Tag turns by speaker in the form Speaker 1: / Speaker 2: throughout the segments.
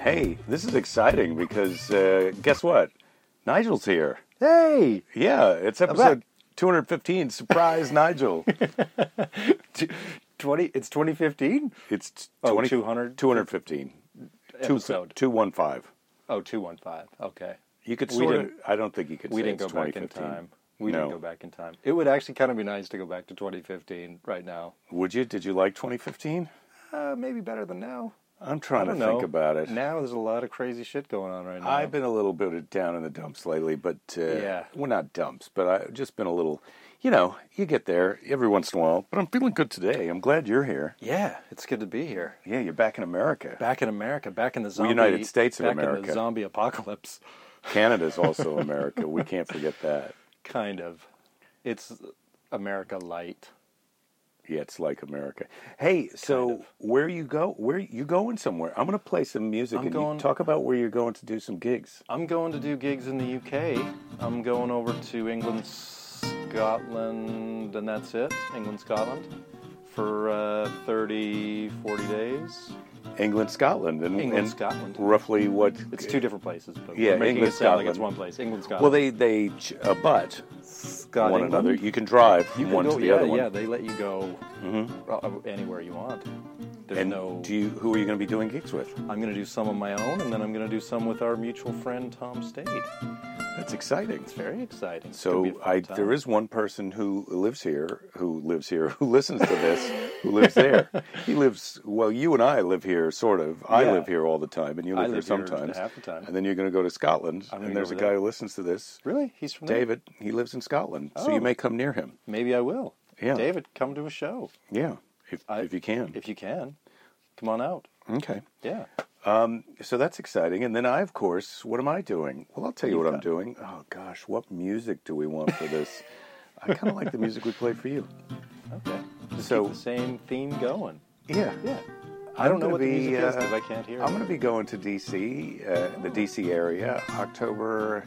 Speaker 1: Hey, this is exciting because uh, guess what? Nigel's here.
Speaker 2: Hey,
Speaker 1: Yeah, it's episode 215. Surprise, Nigel.
Speaker 2: t- twenty. It's twenty fifteen.
Speaker 1: It's t-
Speaker 2: Oh,
Speaker 1: 20
Speaker 2: 200?
Speaker 1: 215. Two-
Speaker 2: Episode.
Speaker 1: 215.
Speaker 2: Oh, two one five. Okay,
Speaker 1: You could
Speaker 2: We
Speaker 1: sort of,
Speaker 2: didn't-
Speaker 1: I don't think you could
Speaker 2: we
Speaker 1: say
Speaker 2: didn't go
Speaker 1: it's
Speaker 2: back in
Speaker 1: 2015.
Speaker 2: time. We
Speaker 1: no.
Speaker 2: didn't go back in time. It would actually kind of be nice to go back to twenty fifteen right now.
Speaker 1: Would you? Did you like 2015?
Speaker 2: Uh, maybe better than now.
Speaker 1: I'm
Speaker 2: I
Speaker 1: trying to
Speaker 2: don't know.
Speaker 1: think about it.
Speaker 2: Now there's a lot of crazy shit going on right now.
Speaker 1: I've been a little bit down in the dumps lately, but uh,
Speaker 2: Yeah.
Speaker 1: we're not dumps, but I've just been a little, you know, you get there every once in a while. But I'm feeling good today. I'm glad you're here.
Speaker 2: yeah, it's good to be here.
Speaker 1: Yeah, you're back in America.
Speaker 2: Back in America. Back in the zombie.
Speaker 1: United States of
Speaker 2: back In
Speaker 1: America.
Speaker 2: the zombie apocalypse.
Speaker 1: Canada's also America. We can't forget that.
Speaker 2: Kind of. It's America light.
Speaker 1: Yeah, it's like America. Hey, so where you go? Where you going somewhere? I'm going to play some music
Speaker 2: I'm
Speaker 1: and
Speaker 2: going-
Speaker 1: you talk about where you're going to do some gigs.
Speaker 2: I'm going to do gigs in the UK. I'm going over to England, Scotland, and that's it. England, Scotland for uh, 30, 40 days.
Speaker 1: England, Scotland, and
Speaker 2: England,
Speaker 1: and
Speaker 2: Scotland.
Speaker 1: Roughly what?
Speaker 2: It's two different places, but
Speaker 1: Yeah,
Speaker 2: we're making
Speaker 1: England,
Speaker 2: it sound like
Speaker 1: Scotland.
Speaker 2: it's one place. England, Scotland.
Speaker 1: Well, they they ch- abut
Speaker 2: Scott,
Speaker 1: one
Speaker 2: England.
Speaker 1: another. You can drive from
Speaker 2: You can
Speaker 1: one
Speaker 2: go,
Speaker 1: to the
Speaker 2: yeah,
Speaker 1: other one.
Speaker 2: yeah, they let you go uh, anywhere you want. There's
Speaker 1: Mm-hmm. And
Speaker 2: no.
Speaker 1: do you, who are you going to be doing gigs with?
Speaker 2: I'm going to do some on my own, and then I'm going to do some with our mutual friend Tom Stade.
Speaker 1: That's exciting.
Speaker 2: It's very exciting. It's gonna be a
Speaker 1: So
Speaker 2: fun
Speaker 1: I,
Speaker 2: time.
Speaker 1: there is one person who lives here, who lives here, who listens to this, who lives there. He lives. Well, you and I live here, sort of. I
Speaker 2: Yeah.
Speaker 1: live here all the time, and you
Speaker 2: I
Speaker 1: live,
Speaker 2: live
Speaker 1: here
Speaker 2: here
Speaker 1: sometimes.
Speaker 2: half the time.
Speaker 1: And then you're going to go to Scotland,
Speaker 2: I'm
Speaker 1: and
Speaker 2: gonna
Speaker 1: there's
Speaker 2: go
Speaker 1: a
Speaker 2: over
Speaker 1: guy
Speaker 2: there.
Speaker 1: who listens to this,
Speaker 2: really he's from there?
Speaker 1: David. He lives in Scotland, so
Speaker 2: Oh.
Speaker 1: you may come near him.
Speaker 2: Maybe I will.
Speaker 1: Yeah.
Speaker 2: David, come to a show
Speaker 1: Yeah, if
Speaker 2: I-
Speaker 1: if you can.
Speaker 2: if you can. Come on out.
Speaker 1: okay.
Speaker 2: Yeah.
Speaker 1: So that's exciting. And then I, of course, what am I doing? Well, I'll tell you
Speaker 2: You've
Speaker 1: what I'm
Speaker 2: got-
Speaker 1: doing. Oh gosh, what music do we want for this? I kind of like the music we play for you.
Speaker 2: Okay. Just
Speaker 1: So-
Speaker 2: keep the same theme going.
Speaker 1: Yeah.
Speaker 2: Yeah. I
Speaker 1: I'm
Speaker 2: don't know
Speaker 1: gonna
Speaker 2: what the
Speaker 1: be,
Speaker 2: music is
Speaker 1: uh,
Speaker 2: because I can't hear
Speaker 1: I'm going
Speaker 2: it.
Speaker 1: to be going to DC, uh, the DC area, October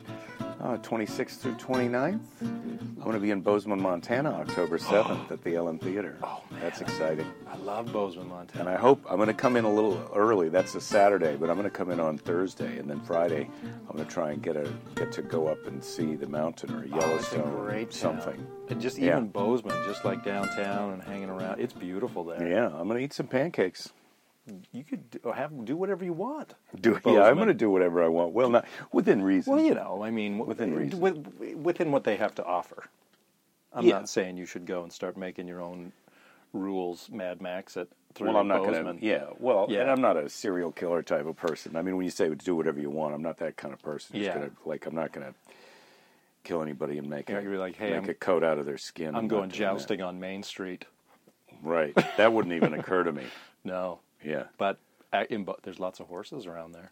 Speaker 1: uh, 26th through 29th. I'm going to be in Bozeman, Montana, October 7th at the Ellen Theater.
Speaker 2: Oh, man.
Speaker 1: That's exciting.
Speaker 2: I love Bozeman,
Speaker 1: And
Speaker 2: Montana.
Speaker 1: I hope I'm going to come in a little early. That's a Saturday, but I'm going to come in on Thursday, and then Friday, I'm going to try and get a get to go up and see the mountain or
Speaker 2: Oh, it's a
Speaker 1: Yellowstone
Speaker 2: great
Speaker 1: or
Speaker 2: town.
Speaker 1: something.
Speaker 2: And just
Speaker 1: Yeah.
Speaker 2: even Bozeman, just like downtown and hanging around. It's beautiful there.
Speaker 1: Yeah, I'm going to eat some pancakes.
Speaker 2: You could do, have do whatever you want.
Speaker 1: Do, yeah, I'm
Speaker 2: Bozeman.
Speaker 1: going to do whatever I want. Well, not within reason.
Speaker 2: Well, you know, I mean, w-
Speaker 1: Within reason.
Speaker 2: with- within what they have to offer. I'm
Speaker 1: Yeah.
Speaker 2: not saying you should go and start making your own rules, Mad Max at through
Speaker 1: Well, I'm not
Speaker 2: Bozeman.
Speaker 1: going to. Yeah. Well,
Speaker 2: Yeah.
Speaker 1: and I'm not a serial killer type of person. I mean, when you say do whatever you want, I'm not that kind of person. who's
Speaker 2: Yeah.
Speaker 1: Gonna, like, I'm not going to kill anybody and make
Speaker 2: You're
Speaker 1: a,
Speaker 2: not gonna be like, hey,
Speaker 1: make
Speaker 2: I'm-
Speaker 1: a coat out of their skin.
Speaker 2: I'm
Speaker 1: not
Speaker 2: going
Speaker 1: doing that.
Speaker 2: jousting on Main Street.
Speaker 1: Right. That wouldn't even occur to me.
Speaker 2: No,
Speaker 1: Yeah.
Speaker 2: but at, in, Bo- there's lots of horses around there.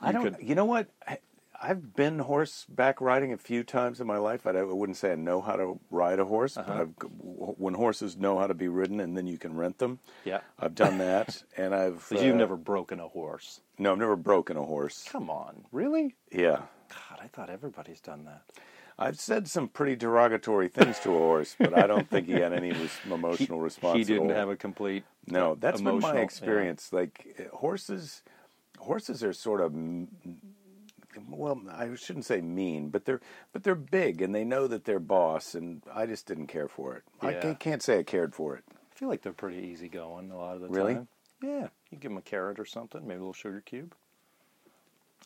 Speaker 1: I don't.
Speaker 2: could-
Speaker 1: You know what? I, I've been horseback riding a few times in my life. I, don't- I wouldn't say I know how to ride a horse, but
Speaker 2: Uh-huh.
Speaker 1: I've, g- w- when horses know how to be ridden and then you can rent them,
Speaker 2: Yeah,
Speaker 1: I've done that. and I've.
Speaker 2: because
Speaker 1: uh,
Speaker 2: you've never broken a horse.
Speaker 1: No, I've never broken a horse.
Speaker 2: Come on, really?
Speaker 1: Yeah.
Speaker 2: God, I thought everybody's done that.
Speaker 1: I've said some pretty derogatory things to a horse, but I don't think he had any res- emotional response.
Speaker 2: he
Speaker 1: at
Speaker 2: didn't
Speaker 1: all.
Speaker 2: have a complete.
Speaker 1: No, that's been my
Speaker 2: emotional- yeah.
Speaker 1: experience. Like eh, horses, horses are sort of m- well, I shouldn't say mean, but they're but they're big and they know that they're boss. And I just didn't care for it. I
Speaker 2: Yeah.
Speaker 1: ca- can't say I cared for it.
Speaker 2: I feel like they're pretty easygoing a lot of the
Speaker 1: Really?
Speaker 2: time. Yeah, you give them a carrot or something, maybe a little sugar cube.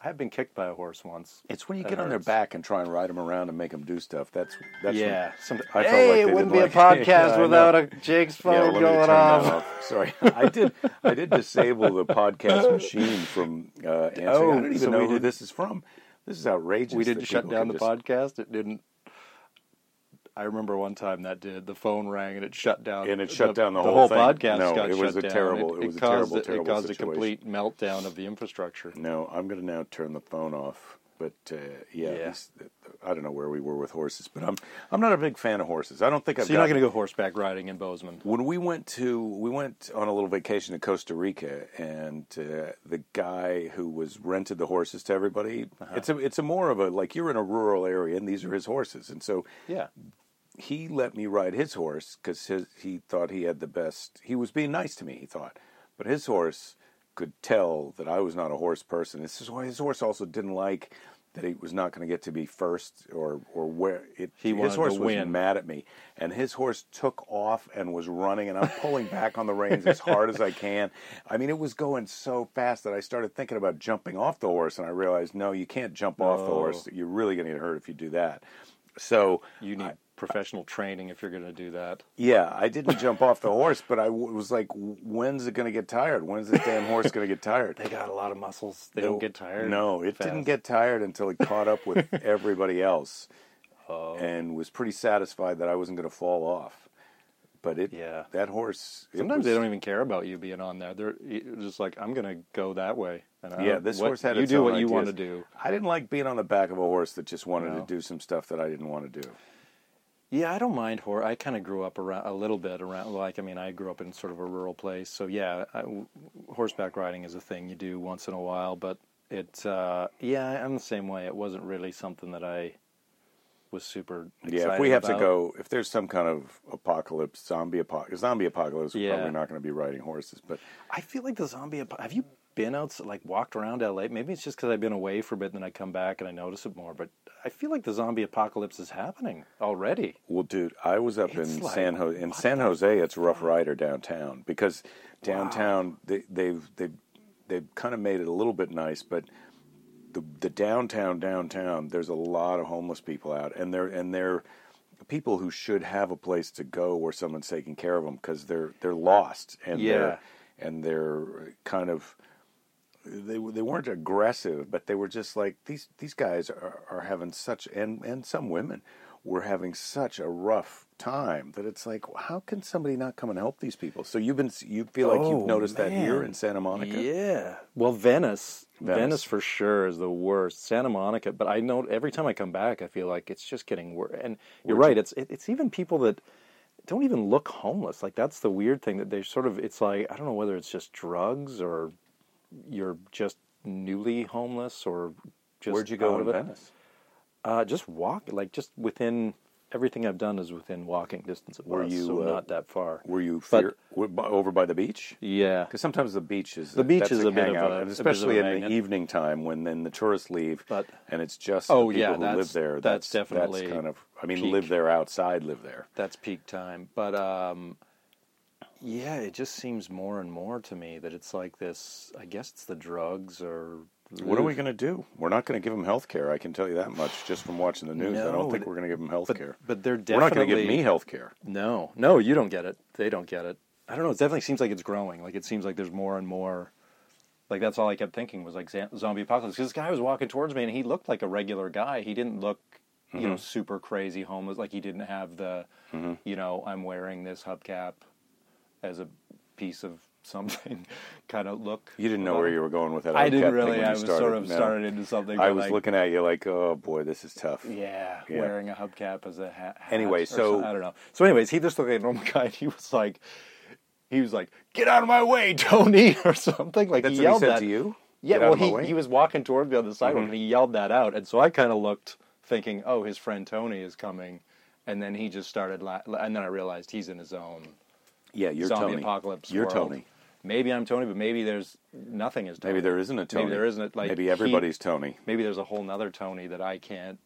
Speaker 2: I have been kicked by a horse once.
Speaker 1: It's when you
Speaker 2: That
Speaker 1: get on their
Speaker 2: hurts.
Speaker 1: back and try and ride them around and make them do stuff. That's that's when-
Speaker 2: yeah, some,
Speaker 1: I felt like
Speaker 2: hey,
Speaker 1: they
Speaker 2: it wouldn't be
Speaker 1: didn't
Speaker 2: a
Speaker 1: like it. Yeah, I
Speaker 2: podcast
Speaker 1: know.
Speaker 2: without a Jake's
Speaker 1: Yeah,
Speaker 2: phone
Speaker 1: let me turn
Speaker 2: going
Speaker 1: that
Speaker 2: off.
Speaker 1: off. Sorry, I did. I did disable the podcast machine from uh, answering.
Speaker 2: Oh,
Speaker 1: I don't even
Speaker 2: so
Speaker 1: know
Speaker 2: we
Speaker 1: who
Speaker 2: did-
Speaker 1: this is from. This is outrageous.
Speaker 2: we didn't
Speaker 1: that
Speaker 2: shut
Speaker 1: people can
Speaker 2: down the
Speaker 1: just-
Speaker 2: podcast. It didn't. I remember one time that did. The phone rang and it shut down.
Speaker 1: And it shut down the
Speaker 2: the
Speaker 1: whole
Speaker 2: whole,
Speaker 1: thing.
Speaker 2: podcast.
Speaker 1: No,
Speaker 2: got
Speaker 1: it was
Speaker 2: shut
Speaker 1: a
Speaker 2: down.
Speaker 1: terrible-
Speaker 2: It,
Speaker 1: it was a
Speaker 2: caused,
Speaker 1: terrible, terrible
Speaker 2: It caused
Speaker 1: situation. Mm.
Speaker 2: a complete meltdown of the infrastructure.
Speaker 1: No, I'm going to now turn the phone off. But uh, yeah,
Speaker 2: Yeah.
Speaker 1: this- I don't know where we were with horses, but I'm I'm not a big fan of horses. I don't think I've.
Speaker 2: So you're not
Speaker 1: gotten-
Speaker 2: going to go horseback riding in Bozeman.
Speaker 1: When we went to we went on a little vacation to Costa Rica, and uh, the guy who was rented the horses to everybody,
Speaker 2: Uh-huh.
Speaker 1: it's a it's a more of a like you're in a rural area, and these are his horses, and so
Speaker 2: Yeah.
Speaker 1: he let me ride his horse because he thought he had the best. He was being nice to me, he thought, but his horse could tell that I was not a horse person. This is why his horse also didn't like that he was not going to get to be first or or where it.
Speaker 2: He wanted
Speaker 1: his
Speaker 2: to
Speaker 1: horse was
Speaker 2: win.
Speaker 1: mad at me, and his horse took off and was running, and I'm pulling back on the reins as hard as I can. I mean, it was going so fast that I started thinking about jumping off the horse, and I realized no, you can't jump off the
Speaker 2: No.
Speaker 1: horse. You're really going to get hurt if you do that. So
Speaker 2: You need professional training if you're going to do that.
Speaker 1: yeah, I didn't jump off the horse, but I w- was like, when's it going to get tired? When's this damn horse going to get tired?
Speaker 2: They got a lot of muscles. They
Speaker 1: No-
Speaker 2: don't get tired.
Speaker 1: No, it
Speaker 2: fast.
Speaker 1: didn't get tired until it caught up with everybody else,
Speaker 2: Oh.
Speaker 1: and was pretty satisfied that I wasn't going to fall off. But it,
Speaker 2: Yeah.
Speaker 1: that horse. it
Speaker 2: Sometimes
Speaker 1: was-
Speaker 2: they don't even care about you being on there. They're it's just like, I'm going to go that way. And I
Speaker 1: Yeah,
Speaker 2: don't-
Speaker 1: this
Speaker 2: what-
Speaker 1: horse had
Speaker 2: You
Speaker 1: its
Speaker 2: do
Speaker 1: own
Speaker 2: what you
Speaker 1: ideas.
Speaker 2: want to do.
Speaker 1: I didn't like being on the back of a horse that just wanted
Speaker 2: No.
Speaker 1: to do some stuff that I didn't want to do.
Speaker 2: Yeah, I don't mind horror. I kind of grew up around a little bit around. Like, I mean, I grew up in sort of a rural place, so yeah, I, horseback riding is a thing you do once in a while. But it, uh, yeah, I'm the same way. It wasn't really something that I was super. Excited
Speaker 1: Yeah, if we have to
Speaker 2: about.
Speaker 1: go, if there's some kind of apocalypse, zombie apocalypse, zombie apocalypse, we're
Speaker 2: Yeah.
Speaker 1: probably not going to be riding horses. But
Speaker 2: I feel like the zombie. apo- Have you been out, like walked around LA? Maybe it's just because I've been away for a bit, and then I come back and I notice it more. But I feel like the zombie apocalypse is happening already.
Speaker 1: Well, dude, I was up
Speaker 2: It's
Speaker 1: in
Speaker 2: like,
Speaker 1: San Jose. In San Jose, it's Rough Rider downtown because downtown they, they've they've they've kind of made it a little bit nice, but the the downtown downtown there's a lot of homeless people out, and they're and they're people who should have a place to go where someone's taking care of them because they're they're
Speaker 2: Uh,
Speaker 1: lost and they're and they're kind of they they weren't aggressive, but they were just like these these guys are, are having such and and some women were having such a rough time that it's like how can somebody not come and help these people? So you've been you feel like
Speaker 2: Oh,
Speaker 1: you've noticed that here
Speaker 2: man.
Speaker 1: in Santa Monica.
Speaker 2: Yeah. Well, Venice, Venice,
Speaker 1: Venice.
Speaker 2: for sure is the worst. Santa Monica, but I know every time I come back, I feel like it's just getting worse. And you're right. It's it, it's even people that don't even look homeless. Like that's the weird thing that they sort of. It's like I don't know whether it's just drugs or you're just newly homeless or just
Speaker 1: Where'd you go
Speaker 2: out
Speaker 1: in
Speaker 2: of it.
Speaker 1: Venice?
Speaker 2: Uh, just walk, like just within. Everything I've done is within walking distance of
Speaker 1: Were
Speaker 2: us,
Speaker 1: you,
Speaker 2: so
Speaker 1: uh,
Speaker 2: not that far.
Speaker 1: Were you
Speaker 2: But-
Speaker 1: fear, were, by, over by the beach?
Speaker 2: Yeah,
Speaker 1: Because sometimes the beach is
Speaker 2: The beach
Speaker 1: that's
Speaker 2: is a bit of
Speaker 1: hangout,
Speaker 2: a-
Speaker 1: and
Speaker 2: a bit of
Speaker 1: especially
Speaker 2: a
Speaker 1: in
Speaker 2: magnet.
Speaker 1: the evening time when then the tourists leave,
Speaker 2: But-
Speaker 1: and it's just
Speaker 2: Oh,
Speaker 1: the people
Speaker 2: yeah,
Speaker 1: who
Speaker 2: that's-
Speaker 1: live there.
Speaker 2: that's definitely
Speaker 1: that's kind of I mean
Speaker 2: peak.
Speaker 1: live there outside, live there.
Speaker 2: that's peak time. But um, yeah, it just seems more and more to me that it's like this. I guess it's the drugs or
Speaker 1: What are we going to do? We're not going to give them health care. I can tell you that much just from watching the news. I
Speaker 2: No,
Speaker 1: don't think we're going to give them health
Speaker 2: But,
Speaker 1: care.
Speaker 2: but they're
Speaker 1: We're not going
Speaker 2: definitely
Speaker 1: to give me health care.
Speaker 2: No, no, you don't get it. They don't get it. I don't know. It definitely seems like it's growing. Like it seems like there's more and more. Like that's all I kept thinking was like za- zombie apocalypse. 'Cause this guy was walking towards me and he looked like a regular guy. He didn't look, you
Speaker 1: Mm-hmm.
Speaker 2: know, super crazy homeless. Like he didn't have the, you know, I'm wearing this hubcap as a piece of something kind of look.
Speaker 1: You didn't know
Speaker 2: about
Speaker 1: where
Speaker 2: him.
Speaker 1: you were going with that.
Speaker 2: I
Speaker 1: health
Speaker 2: didn't
Speaker 1: care thing
Speaker 2: really.
Speaker 1: when
Speaker 2: I
Speaker 1: you
Speaker 2: was
Speaker 1: started.
Speaker 2: sort of
Speaker 1: No.
Speaker 2: started into something.
Speaker 1: I
Speaker 2: but,
Speaker 1: was
Speaker 2: like,
Speaker 1: looking at you like, oh boy, this is tough.
Speaker 2: Yeah,
Speaker 1: Yeah.
Speaker 2: wearing a hubcap as a hat. hat
Speaker 1: Anyway,
Speaker 2: or
Speaker 1: so-
Speaker 2: some- I don't know. So, anyways, he just looked like a normal guy. And he was like, he was like, "Get out of my way, Tony," or something. Like
Speaker 1: That's what he
Speaker 2: he yelled
Speaker 1: said
Speaker 2: that.
Speaker 1: to you. Get
Speaker 2: Yeah,
Speaker 1: out
Speaker 2: well,
Speaker 1: of my
Speaker 2: he
Speaker 1: way? Mm-hmm.
Speaker 2: he was walking towards me on the sidewalk, and he yelled that out. And so I kind of looked, thinking, "Oh, his friend Tony is coming." And then he just started, la- and then I realized he's in his own
Speaker 1: yeah, you're
Speaker 2: zombie
Speaker 1: Tony.
Speaker 2: apocalypse.
Speaker 1: You're
Speaker 2: world.
Speaker 1: Tony.
Speaker 2: Maybe I'm Tony, but maybe there's nothing is Tony.
Speaker 1: Maybe there isn't a Tony.
Speaker 2: Maybe there isn't. a- Like
Speaker 1: maybe
Speaker 2: he-
Speaker 1: everybody's Tony.
Speaker 2: maybe there's a whole nother Tony that I can't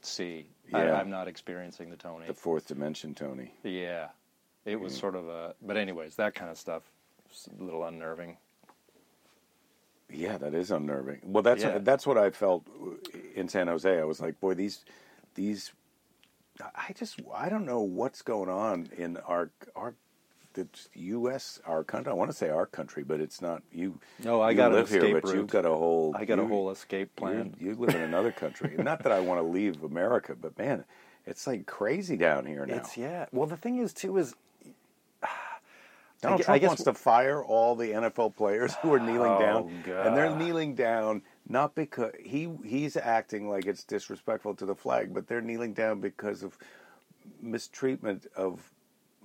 Speaker 2: see.
Speaker 1: Yeah.
Speaker 2: I, I'm not experiencing the Mm. Tony.
Speaker 1: The fourth dimension Tony.
Speaker 2: yeah, it was sort of a. But anyways, that kind of stuff, is a little unnerving.
Speaker 1: Yeah, that is unnerving. Well, that's
Speaker 2: Yeah.
Speaker 1: that's what I felt uh, in San Jose. I was like, boy, these these I just I don't know what's going on in our our the U.S. our country. I want to say our country, but it's not you.
Speaker 2: No, I
Speaker 1: you
Speaker 2: got an
Speaker 1: live here,
Speaker 2: escape
Speaker 1: but
Speaker 2: route.
Speaker 1: you've got a whole.
Speaker 2: I got a
Speaker 1: you-
Speaker 2: whole escape plan.
Speaker 1: You, you live in another country. not that I want to leave America, but man, it's like crazy down here now.
Speaker 2: It's yeah. Well, the thing is too is
Speaker 1: Donald
Speaker 2: I gu- I
Speaker 1: Trump
Speaker 2: guess-
Speaker 1: wants to fire all the NFL players who are kneeling
Speaker 2: Oh,
Speaker 1: down, and they're
Speaker 2: God.
Speaker 1: kneeling down not because he he's acting like it's disrespectful to the flag, but they're kneeling down because of mistreatment of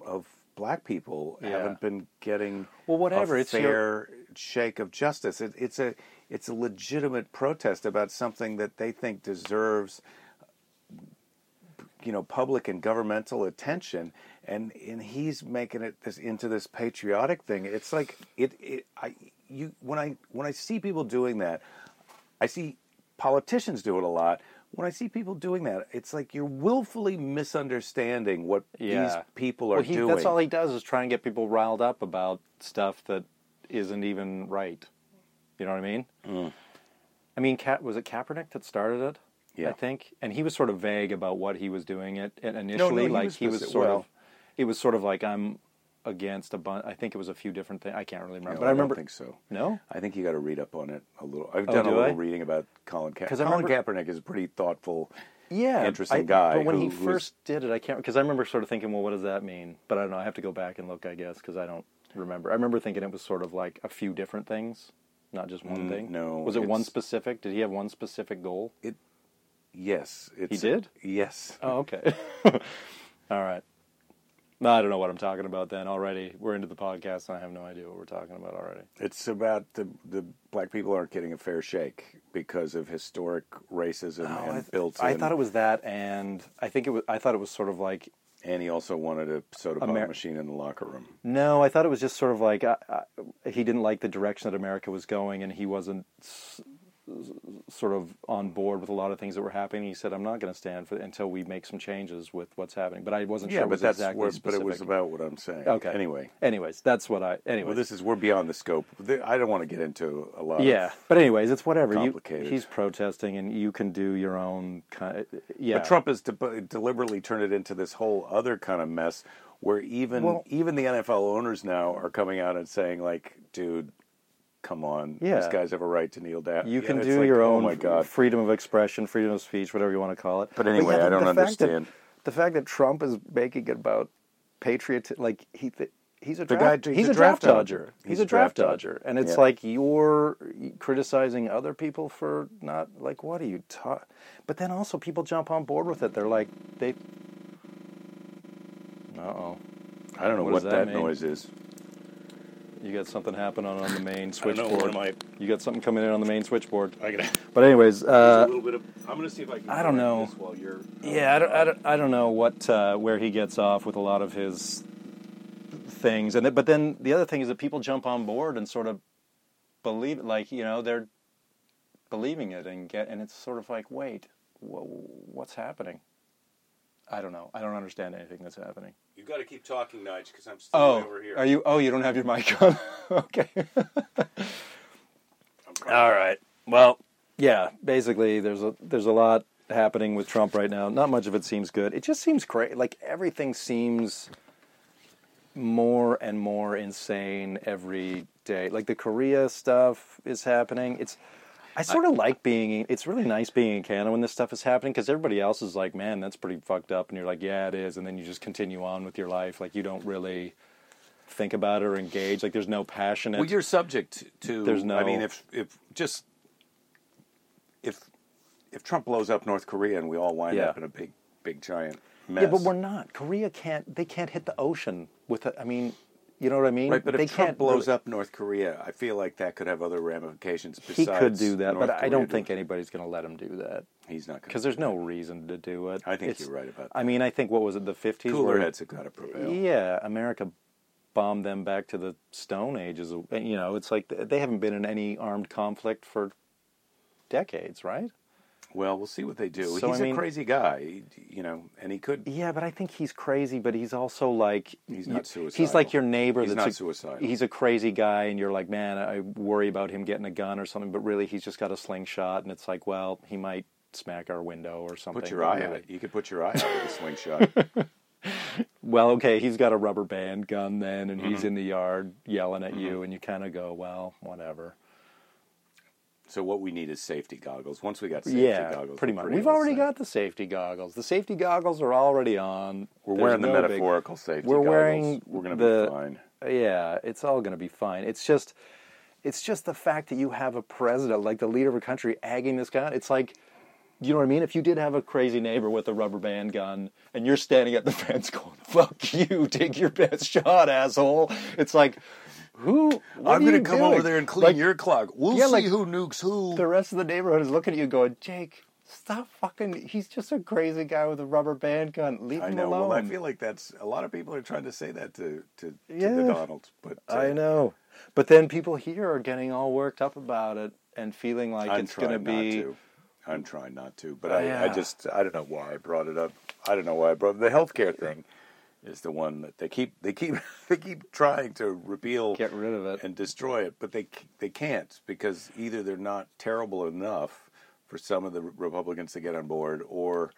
Speaker 1: of black people
Speaker 2: Yeah.
Speaker 1: haven't been getting
Speaker 2: Well, whatever,
Speaker 1: a
Speaker 2: it's your-
Speaker 1: fair shake of justice. It, it's a it's a legitimate protest about something that they think deserves you know public and governmental attention and and he's making it this into this patriotic thing it's like it, it i you when I when I see people doing that, I see politicians do it a lot. When I see people doing that, it's like you're willfully misunderstanding what these
Speaker 2: Yeah.
Speaker 1: people are
Speaker 2: well, he,
Speaker 1: doing.
Speaker 2: That's all he does is try and get people riled up about stuff that isn't even right. You know what I mean?
Speaker 1: Mm.
Speaker 2: I mean, Ka- was it Kaepernick that started it?
Speaker 1: Yeah.
Speaker 2: I think, and he was sort of vague about what he was doing it and
Speaker 1: no,
Speaker 2: initially.
Speaker 1: he
Speaker 2: like
Speaker 1: was
Speaker 2: he was
Speaker 1: specific-
Speaker 2: sort
Speaker 1: well-
Speaker 2: of, it was sort of like I'm against a bunch. I think it was a few different things. I can't really remember,
Speaker 1: No,
Speaker 2: but I remember.
Speaker 1: don't think so.
Speaker 2: No, Oh,
Speaker 1: I think you got to read up on it a little. I've done a
Speaker 2: do
Speaker 1: little
Speaker 2: I?
Speaker 1: reading about Colin Kaepernick.
Speaker 2: 'Cause I
Speaker 1: Colin
Speaker 2: remember-
Speaker 1: Kaepernick is a pretty thoughtful.
Speaker 2: yeah,
Speaker 1: interesting
Speaker 2: I-
Speaker 1: guy
Speaker 2: But when
Speaker 1: who
Speaker 2: he
Speaker 1: was-
Speaker 2: first did it, I can't because I remember sort of thinking, well, what does that mean? But I don't know. I have to go back and look, I guess, because I don't remember. I remember thinking it was sort of like a few different things, not just one thing.
Speaker 1: no,
Speaker 2: was it one
Speaker 1: it's-
Speaker 2: specific? Did he have one specific goal?
Speaker 1: Yes, it's,
Speaker 2: did?
Speaker 1: Yes,
Speaker 2: Oh, okay. All right. No, I don't know what I'm talking about. Then already we're into the podcast, and I have no idea what we're talking about already.
Speaker 1: it's about the the black people aren't getting a fair shake because of historic racism and built.
Speaker 2: Oh, I
Speaker 1: in-
Speaker 2: thought it was that, and I think it was. I thought it was sort of like
Speaker 1: and he also wanted a soda pop
Speaker 2: Amer-
Speaker 1: machine in the locker room.
Speaker 2: No, I thought it was just sort of like I, I, he didn't like the direction that America was going, and he wasn't s- s- sort of on board with a lot of things that were happening. He said, "I'm not going to stand for until we make some changes with what's happening." But I wasn't
Speaker 1: Yeah,
Speaker 2: sure. it
Speaker 1: but
Speaker 2: was
Speaker 1: that's
Speaker 2: exactly
Speaker 1: where, but it was
Speaker 2: specific.
Speaker 1: about what I'm saying.
Speaker 2: okay.
Speaker 1: Anyway,
Speaker 2: anyways, that's what I. Anyways,
Speaker 1: well, this is we're beyond the scope. The- I don't want to get into a lot.
Speaker 2: yeah.
Speaker 1: of,
Speaker 2: But anyways, it's whatever. You-
Speaker 1: Complicated.
Speaker 2: he's protesting, and you can do your own kind. yeah,
Speaker 1: but Trump has de- deliberately turned it into this whole other kind of mess where even
Speaker 2: Well-
Speaker 1: even the NFL owners now are coming out and saying like, dude. Come on,
Speaker 2: Yeah.
Speaker 1: these guys have a right to kneel down.
Speaker 2: You
Speaker 1: Yeah,
Speaker 2: can
Speaker 1: it's
Speaker 2: do
Speaker 1: like,
Speaker 2: your
Speaker 1: oh
Speaker 2: own
Speaker 1: my God.
Speaker 2: freedom of expression, freedom of speech, whatever you want to call it.
Speaker 1: But anyway, I
Speaker 2: the
Speaker 1: don't
Speaker 2: fact that-
Speaker 1: understand.
Speaker 2: the fact that Trump is making it about patriot, like he th- he's a
Speaker 1: The
Speaker 2: draft,
Speaker 1: guy-
Speaker 2: he's, a draft dodger. He's, a draft
Speaker 1: dodger.
Speaker 2: dodger, and it's
Speaker 1: Yeah.
Speaker 2: like you're criticizing other people for not like what are you ta But then also people jump on board with it. They're like they. Uh oh,
Speaker 1: I don't know
Speaker 2: What
Speaker 1: what,
Speaker 2: does that
Speaker 1: that,
Speaker 2: mean?
Speaker 1: noise is.
Speaker 2: you got something happening on the main
Speaker 1: I don't know, what
Speaker 2: switchboard.
Speaker 1: am I-
Speaker 2: You got something coming in on the main switchboard.
Speaker 1: I gotta,
Speaker 2: But anyways, uh,
Speaker 1: a little bit of. I'm gonna see if I can.
Speaker 2: I don't know.
Speaker 1: this While you're, um,
Speaker 2: Yeah, I don't, I don't, I don't know what uh, where he gets off with a lot of his things, and th- but then the other thing is that people jump on board and sort of believe, it. like you know, they're believing it and get, and it's sort of like, wait, wha what's happening? I don't know. I don't understand anything that's happening.
Speaker 1: you've got to keep talking, Nige, because I'm still
Speaker 2: Oh, are you? Oh, you don't have your mic on. okay. All right. Well, yeah. Basically, there's a there's a lot happening with Trump right now. Not much of it seems good. It just seems crazy. Like everything seems more and more insane every day. Like the Korea stuff is happening. It's I sort of like being. It's really nice being in Canada when this stuff is happening because everybody else is like, "Man, that's pretty fucked up," and you're like, "Yeah, it is," and then you just continue on with your life. Like you don't really think about it or engage. Like there's no passionate.
Speaker 1: Well, you're subject to.
Speaker 2: There's no-
Speaker 1: I mean, if if just if if Trump blows up North Korea and we all wind
Speaker 2: Yeah.
Speaker 1: up in a big big giant mess.
Speaker 2: yeah, but we're not. Korea can't. They can't hit the ocean with. A, I mean, you know what I mean?
Speaker 1: Right, but
Speaker 2: they
Speaker 1: if Trump
Speaker 2: can't
Speaker 1: blows
Speaker 2: really-
Speaker 1: up North Korea, I feel like that could have other ramifications. Besides
Speaker 2: he could do that,
Speaker 1: North
Speaker 2: but I
Speaker 1: Korea
Speaker 2: don't
Speaker 1: doing
Speaker 2: think
Speaker 1: it.
Speaker 2: anybody's going to let him do that.
Speaker 1: he's not going
Speaker 2: because there's no reason to do it.
Speaker 1: I think
Speaker 2: It's-
Speaker 1: you're right about
Speaker 2: I mean, I think what was it, the 50s?
Speaker 1: Cooler
Speaker 2: where-
Speaker 1: heads have got to prevail.
Speaker 2: Yeah, America bombed them back to the Stone Ages. And, You know, it's like th- they haven't been in any armed conflict for decades, right?
Speaker 1: Well, we'll see what they do.
Speaker 2: So,
Speaker 1: he's
Speaker 2: I mean-
Speaker 1: a crazy guy, you know, and he could
Speaker 2: Yeah, but I think he's crazy. But he's also like
Speaker 1: He's
Speaker 2: y-
Speaker 1: not
Speaker 2: He's
Speaker 1: suicidal.
Speaker 2: like your neighbor.
Speaker 1: He's
Speaker 2: that's
Speaker 1: not
Speaker 2: a,
Speaker 1: suicidal.
Speaker 2: He's a crazy guy, and you're like, man, I worry about him getting a gun or something. But really, he's just got a slingshot, and it's like, well, he might smack our window or something.
Speaker 1: Put your
Speaker 2: but
Speaker 1: eye
Speaker 2: really-
Speaker 1: out. You could put your eye out with a slingshot.
Speaker 2: well, okay, he's got a rubber band gun then, and
Speaker 1: Mm-hmm.
Speaker 2: he's in the yard yelling at you, and you kind of go, well, whatever.
Speaker 1: so what we need is safety goggles. Once we got safety
Speaker 2: yeah,
Speaker 1: goggles,
Speaker 2: pretty
Speaker 1: we're
Speaker 2: much. We've
Speaker 1: all
Speaker 2: already
Speaker 1: set.
Speaker 2: got the safety goggles. The safety goggles are already on.
Speaker 1: We're
Speaker 2: There's
Speaker 1: wearing the
Speaker 2: no big-
Speaker 1: metaphorical safety.
Speaker 2: We're
Speaker 1: goggles.
Speaker 2: wearing
Speaker 1: We're going to
Speaker 2: the-
Speaker 1: be fine.
Speaker 2: Yeah, it's all going to be fine. It's just, it's just the fact that you have a president, like the leader of a country, agging this guy. It's like, you know what I mean? If you did have a crazy neighbor with a rubber band gun, and you're standing at the fence going, "Fuck you, take your best shot, asshole," it's like, who? what
Speaker 1: I'm
Speaker 2: are
Speaker 1: going
Speaker 2: you
Speaker 1: to come
Speaker 2: doing?
Speaker 1: over there and clean
Speaker 2: Like,
Speaker 1: your clock. We'll
Speaker 2: Yeah,
Speaker 1: see
Speaker 2: like-
Speaker 1: who nukes who.
Speaker 2: the rest of the neighborhood is looking at you going, Jake, stop fucking. He's just a crazy guy with a rubber band gun. Leave
Speaker 1: I
Speaker 2: him
Speaker 1: know.
Speaker 2: alone.
Speaker 1: Well, I feel like that's a lot of people are trying to say that to to, to
Speaker 2: Yeah.
Speaker 1: the Donald, but uh,
Speaker 2: I know. But then people here are getting all worked up about it and feeling like
Speaker 1: I'm
Speaker 2: it's going to
Speaker 1: trying not
Speaker 2: be.
Speaker 1: to. I'm trying not to, but I, I
Speaker 2: Yeah.
Speaker 1: just I don't know why I brought it up. I don't know why I brought the healthcare thing is the one that they keep they keep they keep trying to repeal
Speaker 2: Get rid of it.
Speaker 1: and destroy it, but they c- they can't because either they're not terrible enough for some of the Republicans to get on board, or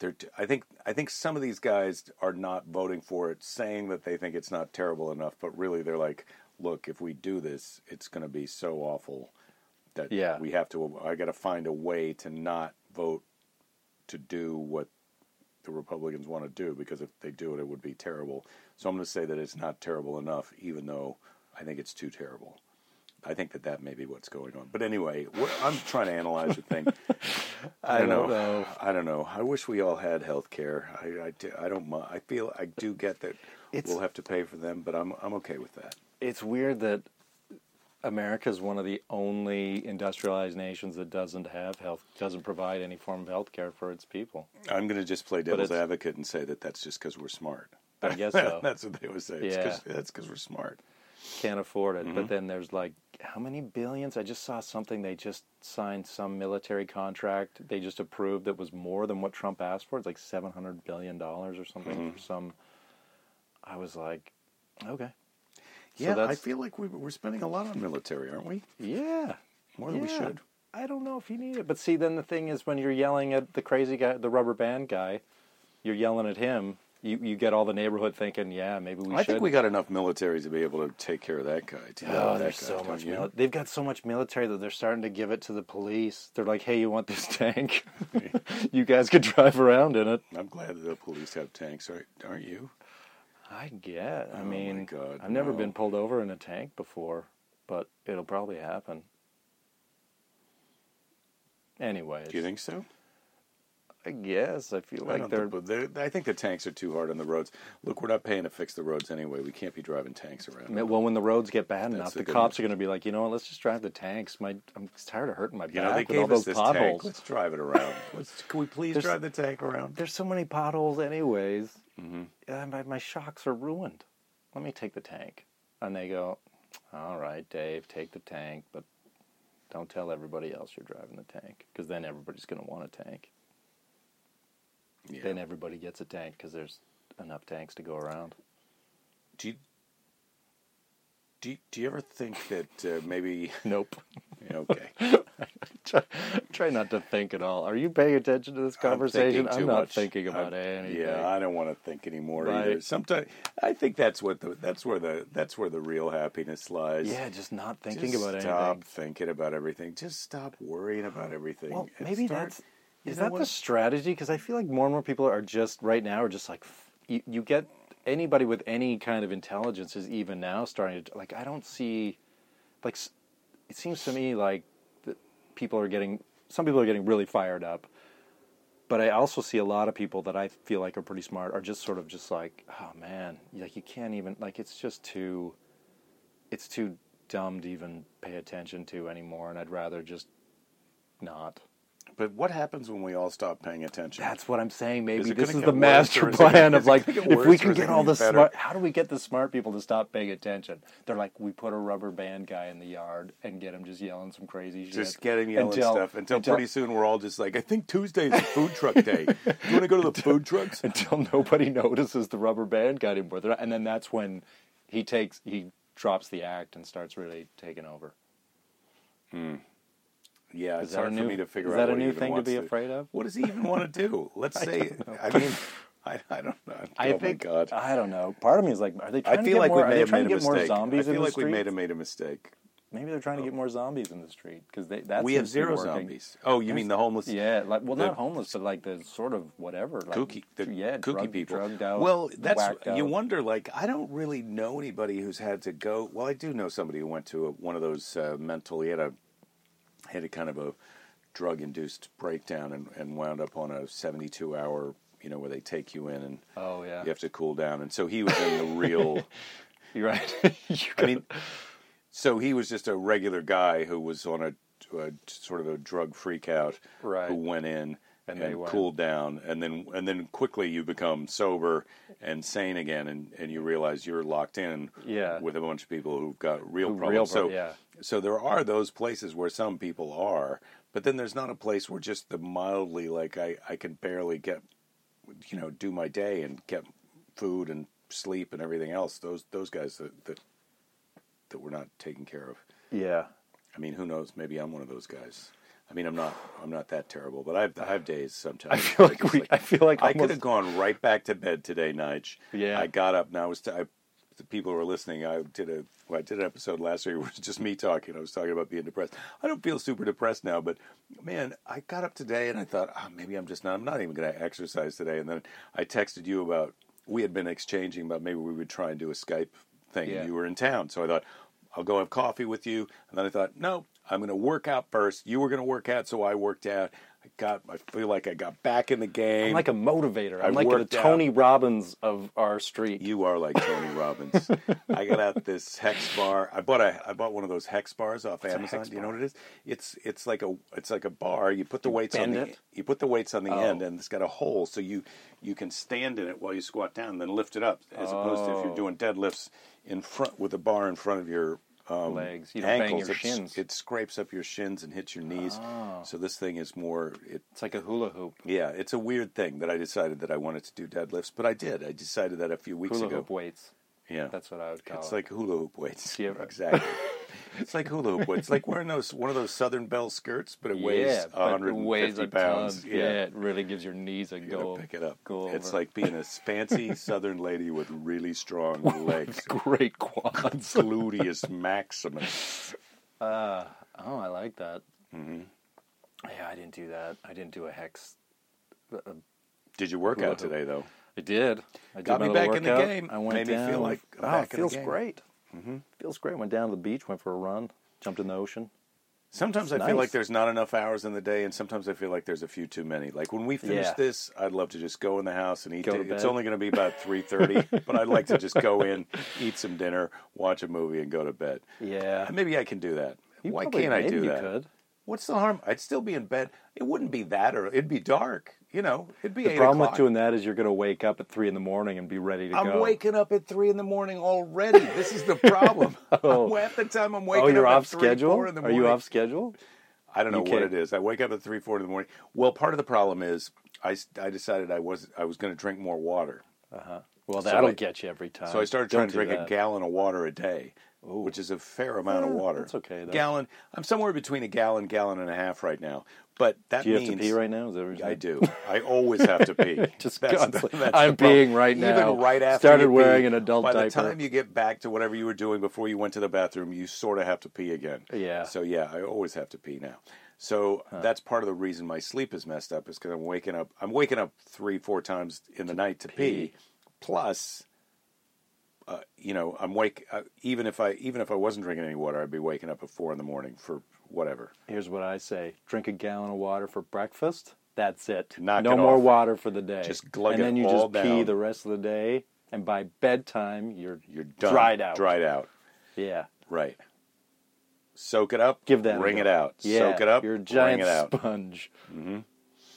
Speaker 1: they're t- I think I think some of these guys are not voting for it, saying that they think it's not terrible enough, but really they're like, look, if we do this, it's going to be so awful that
Speaker 2: Yeah.
Speaker 1: we have to. I got to find a way to not vote to do what the Republicans want to do because if they do it, it would be terrible. So I'm going to say that it's not terrible enough, even though I think it's too terrible. I think that that may be what's going on. But anyway, what, I'm trying to analyze the thing. I don't know.
Speaker 2: don't know.
Speaker 1: I don't know. I wish we all had health care. I, I, do, I don't. mi- I feel I do get that
Speaker 2: It's-
Speaker 1: we'll have to pay for them, but I'm I'm okay with that.
Speaker 2: It's weird that America is one of the only industrialized nations that doesn't have health, doesn't provide any form of health care for its people.
Speaker 1: I'm going to just play devil's
Speaker 2: it's-
Speaker 1: advocate and say that that's just because we're smart.
Speaker 2: I guess so.
Speaker 1: that's what they would say. It's
Speaker 2: Yeah.
Speaker 1: 'cause- that's because we're smart.
Speaker 2: can't afford it.
Speaker 1: Mm-hmm.
Speaker 2: But then there's like how many billions? I just saw something they just signed some military contract they just approved that was more than what Trump asked for. It's like seven hundred billion dollars or something
Speaker 1: Mm-hmm.
Speaker 2: for some. I was like, okay, So
Speaker 1: Yeah, I
Speaker 2: that's-
Speaker 1: feel like we, we're spending a lot on military, aren't we?
Speaker 2: yeah,
Speaker 1: More than we
Speaker 2: yeah.
Speaker 1: should.
Speaker 2: I don't know if you need it, but see, then the thing is, when you're yelling at the crazy guy, the rubber band guy, you're yelling at him. You you get all the neighborhood thinking, yeah, maybe we
Speaker 1: I
Speaker 2: should.
Speaker 1: think we got enough military to be able to take care of that guy. To yell at
Speaker 2: Oh,
Speaker 1: that
Speaker 2: there's
Speaker 1: guy,
Speaker 2: so
Speaker 1: don't
Speaker 2: much.
Speaker 1: you?
Speaker 2: Mil- they've got so much military that they're starting to give it to the police. They're like, "Hey, you want this tank? you guys could drive around in it."
Speaker 1: I'm glad that the police have tanks, aren't, aren't you?
Speaker 2: I get. I
Speaker 1: Oh my
Speaker 2: mean,
Speaker 1: God,
Speaker 2: I've never
Speaker 1: no.
Speaker 2: been pulled over in a tank before, but it'll probably happen. Anyways,
Speaker 1: Do you think so?
Speaker 2: I guess I feel
Speaker 1: I,
Speaker 2: like
Speaker 1: don't
Speaker 2: they're.
Speaker 1: think, but they're, I think the tanks are too hard on the roads. Look, we're not paying to fix the roads anyway. We can't be driving tanks around.
Speaker 2: Well, when the roads get bad enough,
Speaker 1: a
Speaker 2: the
Speaker 1: good
Speaker 2: cops are going to be like, you know what? Let's just drive the tanks. My, I'm tired of hurting my back
Speaker 1: You know, they
Speaker 2: with
Speaker 1: gave
Speaker 2: all
Speaker 1: us
Speaker 2: those
Speaker 1: this
Speaker 2: potholes.
Speaker 1: tank. Let's drive it around. Let's, can we please
Speaker 2: There's-
Speaker 1: drive the tank around?
Speaker 2: there's so many potholes anyways.
Speaker 1: Mm-hmm.
Speaker 2: Uh, my, my shocks are ruined. Let me take the tank. And they go, all right, Dave, take the tank, but don't tell everybody else you're driving the tank because then everybody's going to want a tank.
Speaker 1: Yeah.
Speaker 2: Then everybody gets a tank because there's enough tanks to go around.
Speaker 1: Do you, do you, do you ever think that uh, maybe?
Speaker 2: Nope.
Speaker 1: Okay.
Speaker 2: try, try not to think at all. Are you paying attention to this
Speaker 1: I'm
Speaker 2: conversation?
Speaker 1: thinking too
Speaker 2: not
Speaker 1: much.
Speaker 2: thinking about
Speaker 1: I'm-
Speaker 2: anything.
Speaker 1: Yeah, I don't want to think anymore
Speaker 2: Right.
Speaker 1: either. Sometimes I think that's what the that's where the that's where the real happiness lies.
Speaker 2: yeah, just not thinking
Speaker 1: Just
Speaker 2: about
Speaker 1: stop
Speaker 2: anything.
Speaker 1: thinking about everything. Just stop worrying about everything.
Speaker 2: Well,
Speaker 1: and
Speaker 2: maybe
Speaker 1: start-
Speaker 2: that's
Speaker 1: you
Speaker 2: is
Speaker 1: know
Speaker 2: that
Speaker 1: what?
Speaker 2: the strategy? Because I feel like more and more people are just right now are just like f- you, you get anybody with any kind of intelligence is even now starting to like I don't see like s- it seems to me like the people are getting some people are getting really fired up, but I also see a lot of people that I feel like are pretty smart are just sort of just like oh man like you can't even like it's just too it's too dumb to even pay attention to anymore and I'd rather just not.
Speaker 1: But what happens when we all stop paying attention?
Speaker 2: That's what I'm saying.
Speaker 1: Is
Speaker 2: Maybe
Speaker 1: it
Speaker 2: this
Speaker 1: gonna
Speaker 2: is
Speaker 1: get
Speaker 2: the
Speaker 1: worse, or
Speaker 2: master
Speaker 1: is it gonna-
Speaker 2: plan
Speaker 1: is
Speaker 2: of
Speaker 1: it
Speaker 2: like,
Speaker 1: gonna get
Speaker 2: if
Speaker 1: worse,
Speaker 2: we
Speaker 1: or
Speaker 2: can
Speaker 1: is it
Speaker 2: get
Speaker 1: gonna
Speaker 2: all
Speaker 1: get
Speaker 2: the
Speaker 1: better?
Speaker 2: smart, how do we get the smart people to stop paying attention? They're like, we put a rubber band guy in the yard and get him just yelling some crazy shit.
Speaker 1: just get him yelling
Speaker 2: until-
Speaker 1: stuff until, pretty soon we're all just like, I think Tuesday's is food truck day. you want to go to the food trucks?
Speaker 2: until nobody notices the rubber band guy anymore. They're not- And then that's when he takes he drops the act and starts really taking over.
Speaker 1: Yeah, it's
Speaker 2: that a
Speaker 1: hard for
Speaker 2: new-
Speaker 1: me to figure
Speaker 2: is
Speaker 1: out.
Speaker 2: that a
Speaker 1: what he
Speaker 2: new
Speaker 1: even
Speaker 2: thing to
Speaker 1: wants
Speaker 2: be afraid of?
Speaker 1: What does he even want to do? Let's say, I mean, I, I don't know.
Speaker 2: I
Speaker 1: oh
Speaker 2: think
Speaker 1: my god!
Speaker 2: I don't know. Part of me is like, are they trying
Speaker 1: I
Speaker 2: to
Speaker 1: feel
Speaker 2: get
Speaker 1: like
Speaker 2: more?
Speaker 1: we
Speaker 2: are
Speaker 1: may
Speaker 2: they
Speaker 1: have
Speaker 2: trying
Speaker 1: made
Speaker 2: to
Speaker 1: a
Speaker 2: get more
Speaker 1: mistake. I
Speaker 2: zombies
Speaker 1: feel
Speaker 2: in the
Speaker 1: like we
Speaker 2: street?
Speaker 1: may have made a mistake.
Speaker 2: Maybe they're trying to get more zombies in the street because that
Speaker 1: Oh. we have
Speaker 2: seems to be
Speaker 1: zero
Speaker 2: working.
Speaker 1: zombies. Oh, you mean the homeless?
Speaker 2: Yeah, like well,
Speaker 1: The-
Speaker 2: not homeless, but like the sort of whatever, like,
Speaker 1: kooky, the
Speaker 2: yeah,
Speaker 1: kooky
Speaker 2: drug-
Speaker 1: people.
Speaker 2: drugged out.
Speaker 1: well, that's
Speaker 2: whacked out.
Speaker 1: you wonder. Like, I don't really know anybody who's had to go. Well, I do know somebody who went to a, one of those uh, mental. He had a had a kind of a drug induced breakdown and, and wound up on a seventy two hour. You know where they take you in and
Speaker 2: Oh yeah,
Speaker 1: you have to cool down, and so he was in the real.
Speaker 2: you're right. You
Speaker 1: I
Speaker 2: got-
Speaker 1: mean, so he was just a regular guy who was on a, a sort of a drug freak out
Speaker 2: Right.
Speaker 1: who went in
Speaker 2: And
Speaker 1: and,
Speaker 2: they went.
Speaker 1: cool down, and then and then quickly you become sober and sane again, and, and you realize you're locked in
Speaker 2: Yeah.
Speaker 1: with a bunch of people who've got real
Speaker 2: Who- real
Speaker 1: problems.
Speaker 2: prob-
Speaker 1: so
Speaker 2: yeah.
Speaker 1: so there are those places where some people are, but then there's not a place where just the mildly like I I can barely get you know do my day and get food and sleep and everything else. Those those guys that that that we're not taking care of.
Speaker 2: Yeah.
Speaker 1: I mean, who knows? Maybe I'm one of those guys. I mean, I'm not. I'm not that terrible, but I've I've days sometimes.
Speaker 2: I feel like we. I feel like
Speaker 1: I could have
Speaker 2: almost.
Speaker 1: gone right back to bed today, Nige.
Speaker 2: Yeah.
Speaker 1: I got up and I was. T- I, the people who are listening, I did a. Well, I did an episode last week where it was just me talking. I was talking about being depressed. I don't feel super depressed now, but man, I got up today and I thought, oh, maybe I'm just not. I'm not even going to exercise today. And then I texted you about. We had been exchanging about maybe we would try and do a Skype thing.
Speaker 2: Yeah.
Speaker 1: You were in town, so I thought I'll go have coffee with you. And then I thought, no, I'm going to work out first. You were going to work out, so I worked out. I got. I feel like I got back in the game.
Speaker 2: I'm like a motivator. I'm
Speaker 1: I
Speaker 2: like the
Speaker 1: worked out.
Speaker 2: Tony Robbins of our street.
Speaker 1: You are like Tony Robbins. I got out this hex bar. I bought a I bought one of those hex bars off
Speaker 2: a
Speaker 1: Amazon.
Speaker 2: hex
Speaker 1: Do you know what it is? It's it's like a it's like a bar. You put the weights on
Speaker 2: bend
Speaker 1: the
Speaker 2: it?
Speaker 1: you put the weights on the
Speaker 2: Oh.
Speaker 1: end, and it's got a hole, so you you can stand in it while you squat down, and then lift it up, as opposed to if
Speaker 2: Oh.
Speaker 1: you're doing deadlifts in front with a bar in front of your um,
Speaker 2: Legs. You don't bang
Speaker 1: ankles.
Speaker 2: your
Speaker 1: It's-
Speaker 2: shins. Oh.
Speaker 1: It scrapes up your shins and hits your knees. So this thing is more. It
Speaker 2: It's like a hula hoop.
Speaker 1: yeah, it's a weird thing that I decided that I wanted to do deadlifts, but I did. I decided that a few weeks
Speaker 2: Hula
Speaker 1: ago.
Speaker 2: hoop weights.
Speaker 1: Yeah,
Speaker 2: That's what I would call
Speaker 1: it's
Speaker 2: it.
Speaker 1: like hula hoop weights.
Speaker 2: Yeah.
Speaker 1: Exactly. it's like hula hoop weights. It's like wearing those one of those Southern Belle skirts, but it weighs
Speaker 2: yeah, but it
Speaker 1: 150
Speaker 2: weighs a
Speaker 1: pounds.
Speaker 2: Ton. Yeah. it really gives your knees a
Speaker 1: You gotta
Speaker 2: go.
Speaker 1: pick it up.
Speaker 2: go
Speaker 1: It's
Speaker 2: over.
Speaker 1: like being a fancy Southern lady with really strong legs.
Speaker 2: great quads.
Speaker 1: Gluteus maximus.
Speaker 2: Oh, I like that. Mm-hmm. Yeah, I didn't do that. I didn't do a hex.
Speaker 1: Did you work out
Speaker 2: Hula hoop.
Speaker 1: today though?
Speaker 2: I did. I did
Speaker 1: Got
Speaker 2: my
Speaker 1: me
Speaker 2: little
Speaker 1: back in the
Speaker 2: workout.
Speaker 1: game.
Speaker 2: I went
Speaker 1: Made me feel
Speaker 2: down-
Speaker 1: like I'm
Speaker 2: wow,
Speaker 1: back
Speaker 2: it
Speaker 1: in the
Speaker 2: feels
Speaker 1: game.
Speaker 2: great.
Speaker 1: Mm-hmm.
Speaker 2: Feels great. Went down to the beach, went for a run, jumped in the ocean.
Speaker 1: Sometimes I
Speaker 2: It's
Speaker 1: feel
Speaker 2: nice.
Speaker 1: like there's not enough hours in the day, and sometimes I feel like there's a few too many. Like when we finish
Speaker 2: Yeah.
Speaker 1: this, I'd love to just go in the house and eat.
Speaker 2: Go to
Speaker 1: di- it's
Speaker 2: bed.
Speaker 1: only going to be about three thirty, but I'd like to just go in, eat some dinner, watch a movie, and go to bed.
Speaker 2: Yeah.
Speaker 1: Maybe I can do that.
Speaker 2: You
Speaker 1: Why
Speaker 2: probably-
Speaker 1: can't I
Speaker 2: maybe
Speaker 1: do
Speaker 2: you
Speaker 1: that?
Speaker 2: could.
Speaker 1: What's the harm? I'd still be in bed. It wouldn't be that early. It'd be dark. You know, it'd be
Speaker 2: The
Speaker 1: eight
Speaker 2: problem
Speaker 1: o'clock.
Speaker 2: with doing that is you're going to wake up at three in the morning and be ready to
Speaker 1: I'm
Speaker 2: go.
Speaker 1: waking up at three in the morning already. This is the problem.
Speaker 2: Oh.
Speaker 1: Half the time I'm waking
Speaker 2: Oh, you're
Speaker 1: up
Speaker 2: off
Speaker 1: at three,
Speaker 2: schedule.
Speaker 1: four in the
Speaker 2: Are
Speaker 1: morning.
Speaker 2: you off schedule?
Speaker 1: I don't know
Speaker 2: You
Speaker 1: what
Speaker 2: can't-
Speaker 1: it is. I wake up at three, four in the morning. Well, part of the problem is I, s- I decided I was I was going to drink more water,
Speaker 2: Well,
Speaker 1: So
Speaker 2: that'll
Speaker 1: I-
Speaker 2: get you every time.
Speaker 1: so I started
Speaker 2: Uh,
Speaker 1: trying
Speaker 2: Don't
Speaker 1: to drink
Speaker 2: do
Speaker 1: a
Speaker 2: that.
Speaker 1: gallon of water a day, which is a fair amount of
Speaker 2: Eh,
Speaker 1: water.
Speaker 2: that's okay, though.
Speaker 1: Gallon. I'm somewhere between a gallon, gallon and a half right now. But that
Speaker 2: Do you have
Speaker 1: means
Speaker 2: to pee right now? Is that what you're
Speaker 1: I
Speaker 2: saying?
Speaker 1: do. I always have to pee.
Speaker 2: Just
Speaker 1: the-
Speaker 2: constantly.
Speaker 1: the
Speaker 2: I'm
Speaker 1: problem.
Speaker 2: peeing right now.
Speaker 1: Even right after
Speaker 2: Started
Speaker 1: you pee,
Speaker 2: wearing an adult
Speaker 1: By
Speaker 2: diaper.
Speaker 1: the time you get back to whatever you were doing before you went to the bathroom, you sort of have to pee again.
Speaker 2: Yeah.
Speaker 1: So yeah, I always have to pee now. So that's part of the reason my sleep is messed up is because I'm waking up. I'm waking up three, four times in the night to pee. Plus, uh, you know, I'm wake. Uh, even if I even if I wasn't drinking any water, I'd be waking up at four in the morning for whatever.
Speaker 2: Here's what I say: drink a gallon of water for breakfast. That's it.
Speaker 1: Knock
Speaker 2: no
Speaker 1: it
Speaker 2: more
Speaker 1: off.
Speaker 2: water for the day.
Speaker 1: Just glug
Speaker 2: and
Speaker 1: it
Speaker 2: then you
Speaker 1: all
Speaker 2: just pee
Speaker 1: down.
Speaker 2: the rest of the day, and by bedtime you're
Speaker 1: You're done.
Speaker 2: dried out.
Speaker 1: Dried out.
Speaker 2: Yeah.
Speaker 1: Right. Soak it up.
Speaker 2: Give that. a
Speaker 1: Wring
Speaker 2: go.
Speaker 1: it out.
Speaker 2: Yeah.
Speaker 1: Soak it up.
Speaker 2: You're a giant
Speaker 1: wring it out.
Speaker 2: sponge. Mm-hmm.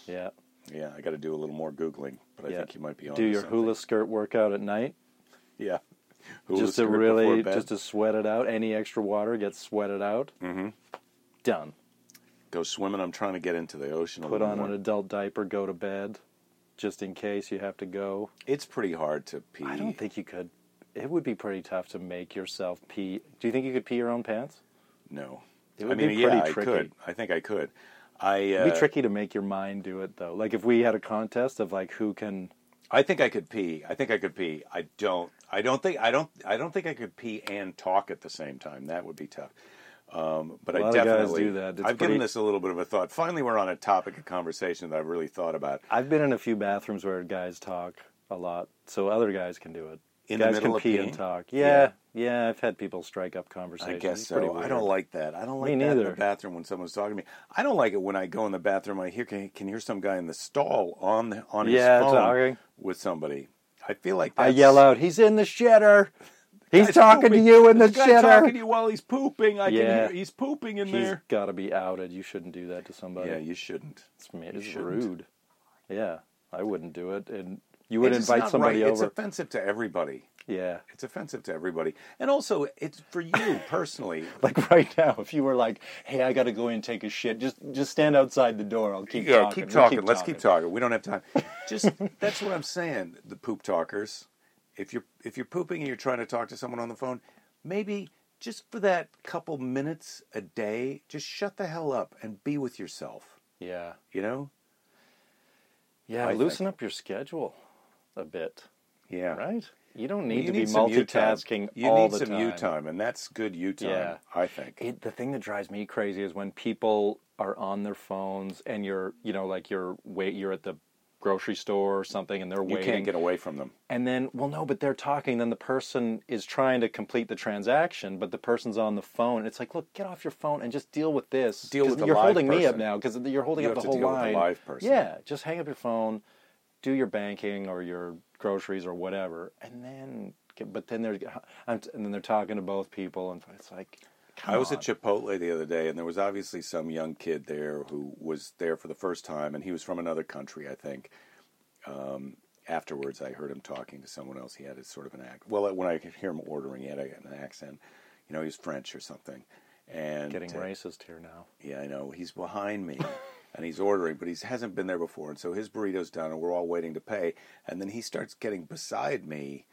Speaker 2: Yeah.
Speaker 1: Yeah, I got to do a little more googling, but I
Speaker 2: yeah.
Speaker 1: think you might be on.
Speaker 2: Do your hula skirt workout at night.
Speaker 1: Yeah. Hula
Speaker 2: just to
Speaker 1: skirt
Speaker 2: really
Speaker 1: before bed.
Speaker 2: just to sweat it out. Any extra water gets sweated out. Mm-hmm. Done.
Speaker 1: go swimming. I'm trying to get into the ocean. a
Speaker 2: Put
Speaker 1: little
Speaker 2: on
Speaker 1: more.
Speaker 2: an adult diaper. Go to bed, just in case you have to go.
Speaker 1: It's pretty hard to pee.
Speaker 2: I don't think you could. It would be pretty tough to make yourself pee. Do you think you could pee your own pants?
Speaker 1: No.
Speaker 2: It would
Speaker 1: I mean,
Speaker 2: be
Speaker 1: yeah,
Speaker 2: pretty
Speaker 1: I
Speaker 2: tricky.
Speaker 1: could. I think I could. I. Uh,
Speaker 2: It'd be tricky to make your mind do it though. Like if we had a contest of like who can.
Speaker 1: I think I could pee. I think I could pee. I don't. I don't think. I don't. I don't think I could pee and talk at the same time. That would be tough. Um, but
Speaker 2: A lot
Speaker 1: I
Speaker 2: of guys
Speaker 1: definitely
Speaker 2: do that. It's
Speaker 1: I've
Speaker 2: pretty-
Speaker 1: given this a little bit of a thought. Finally, we're on a topic of conversation that I've really thought about.
Speaker 2: I've been in a few bathrooms where guys talk a lot, so other guys can do it.
Speaker 1: In the
Speaker 2: guys
Speaker 1: middle
Speaker 2: can
Speaker 1: of
Speaker 2: pee and
Speaker 1: peeing?
Speaker 2: talk. Yeah, yeah, I've had people strike up
Speaker 1: I
Speaker 2: conversations.
Speaker 1: guess
Speaker 2: It's pretty
Speaker 1: so. I
Speaker 2: weird.
Speaker 1: don't like that. I don't like
Speaker 2: Me
Speaker 1: that in
Speaker 2: neither.
Speaker 1: the bathroom when someone's talking to me. I don't like it when I go in the bathroom. I hear can, can hear some guy in the stall on the, on
Speaker 2: Yeah,
Speaker 1: his phone
Speaker 2: talking.
Speaker 1: with somebody. I feel like
Speaker 2: I
Speaker 1: that's-
Speaker 2: yell out, "He's in the shitter. He's
Speaker 1: Guy's
Speaker 2: talking
Speaker 1: pooping.
Speaker 2: to you in the
Speaker 1: This guy's talking to
Speaker 2: shitter."
Speaker 1: you while he's pooping. I
Speaker 2: Yeah.
Speaker 1: can hear he's pooping in
Speaker 2: He's
Speaker 1: there.
Speaker 2: got to be outed. You shouldn't do that to somebody.
Speaker 1: Yeah, you shouldn't.
Speaker 2: it's, it's
Speaker 1: shouldn't.
Speaker 2: rude. Yeah, I wouldn't do it, and you would
Speaker 1: It's just
Speaker 2: invite
Speaker 1: not
Speaker 2: somebody
Speaker 1: right. It's
Speaker 2: over.
Speaker 1: offensive to everybody.
Speaker 2: yeah,
Speaker 1: It's offensive to everybody, and also it's for you personally.
Speaker 2: like right now, if you were like, "Hey, I got to go in and take a shit," just just stand outside the door. I'll keep
Speaker 1: yeah,
Speaker 2: talking.
Speaker 1: keep
Speaker 2: We'll
Speaker 1: talking. Let's keep talking. We don't have time. Just that's what I'm saying. The poop talkers. If you're if you're pooping and you're trying to talk to someone on the phone, maybe just for that couple minutes a day, just shut the hell up and be with yourself.
Speaker 2: Yeah,
Speaker 1: You know?
Speaker 2: yeah.
Speaker 1: I
Speaker 2: loosen up your schedule a bit,
Speaker 1: Yeah.
Speaker 2: right? You don't need
Speaker 1: You
Speaker 2: to be
Speaker 1: some you time.
Speaker 2: multitasking
Speaker 1: You
Speaker 2: all
Speaker 1: need
Speaker 2: the
Speaker 1: some
Speaker 2: time.
Speaker 1: you time, and that's good you time.
Speaker 2: Yeah.
Speaker 1: I think.
Speaker 2: It, the thing that drives me crazy is when people are on their phones and you're, you know, like you're wait, you're at the grocery store or something, and they're
Speaker 1: You
Speaker 2: waiting.
Speaker 1: can't get away from them.
Speaker 2: And then, well, no, but they're talking. Then the person is trying to complete the transaction, but the person's on the phone. It's like, look, get off your phone and just deal with this.
Speaker 1: Deal
Speaker 2: 'Cause
Speaker 1: with the
Speaker 2: You're
Speaker 1: live
Speaker 2: holding me up
Speaker 1: person.
Speaker 2: now because you're holding
Speaker 1: You
Speaker 2: up
Speaker 1: have
Speaker 2: the
Speaker 1: to
Speaker 2: whole
Speaker 1: deal with the
Speaker 2: line.
Speaker 1: live person.
Speaker 2: Yeah, just hang up your phone, do your banking or your groceries or whatever, and then. Get, but then they're and then they're talking to both people, and it's like, come
Speaker 1: I was
Speaker 2: on.
Speaker 1: at Chipotle the other day, and there was obviously some young kid there who was there for the first time, and he was from another country, I think. Um, afterwards, I heard him talking to someone else. He had a sort of an act. Well, when I could hear him ordering, he had a, an accent. You know, he was French or something. And
Speaker 2: getting
Speaker 1: uh,
Speaker 2: racist here now.
Speaker 1: yeah, I know. He's behind me and he's ordering, but he hasn't been there before. And so his burrito's done and we're all waiting to pay. And then he starts getting beside me,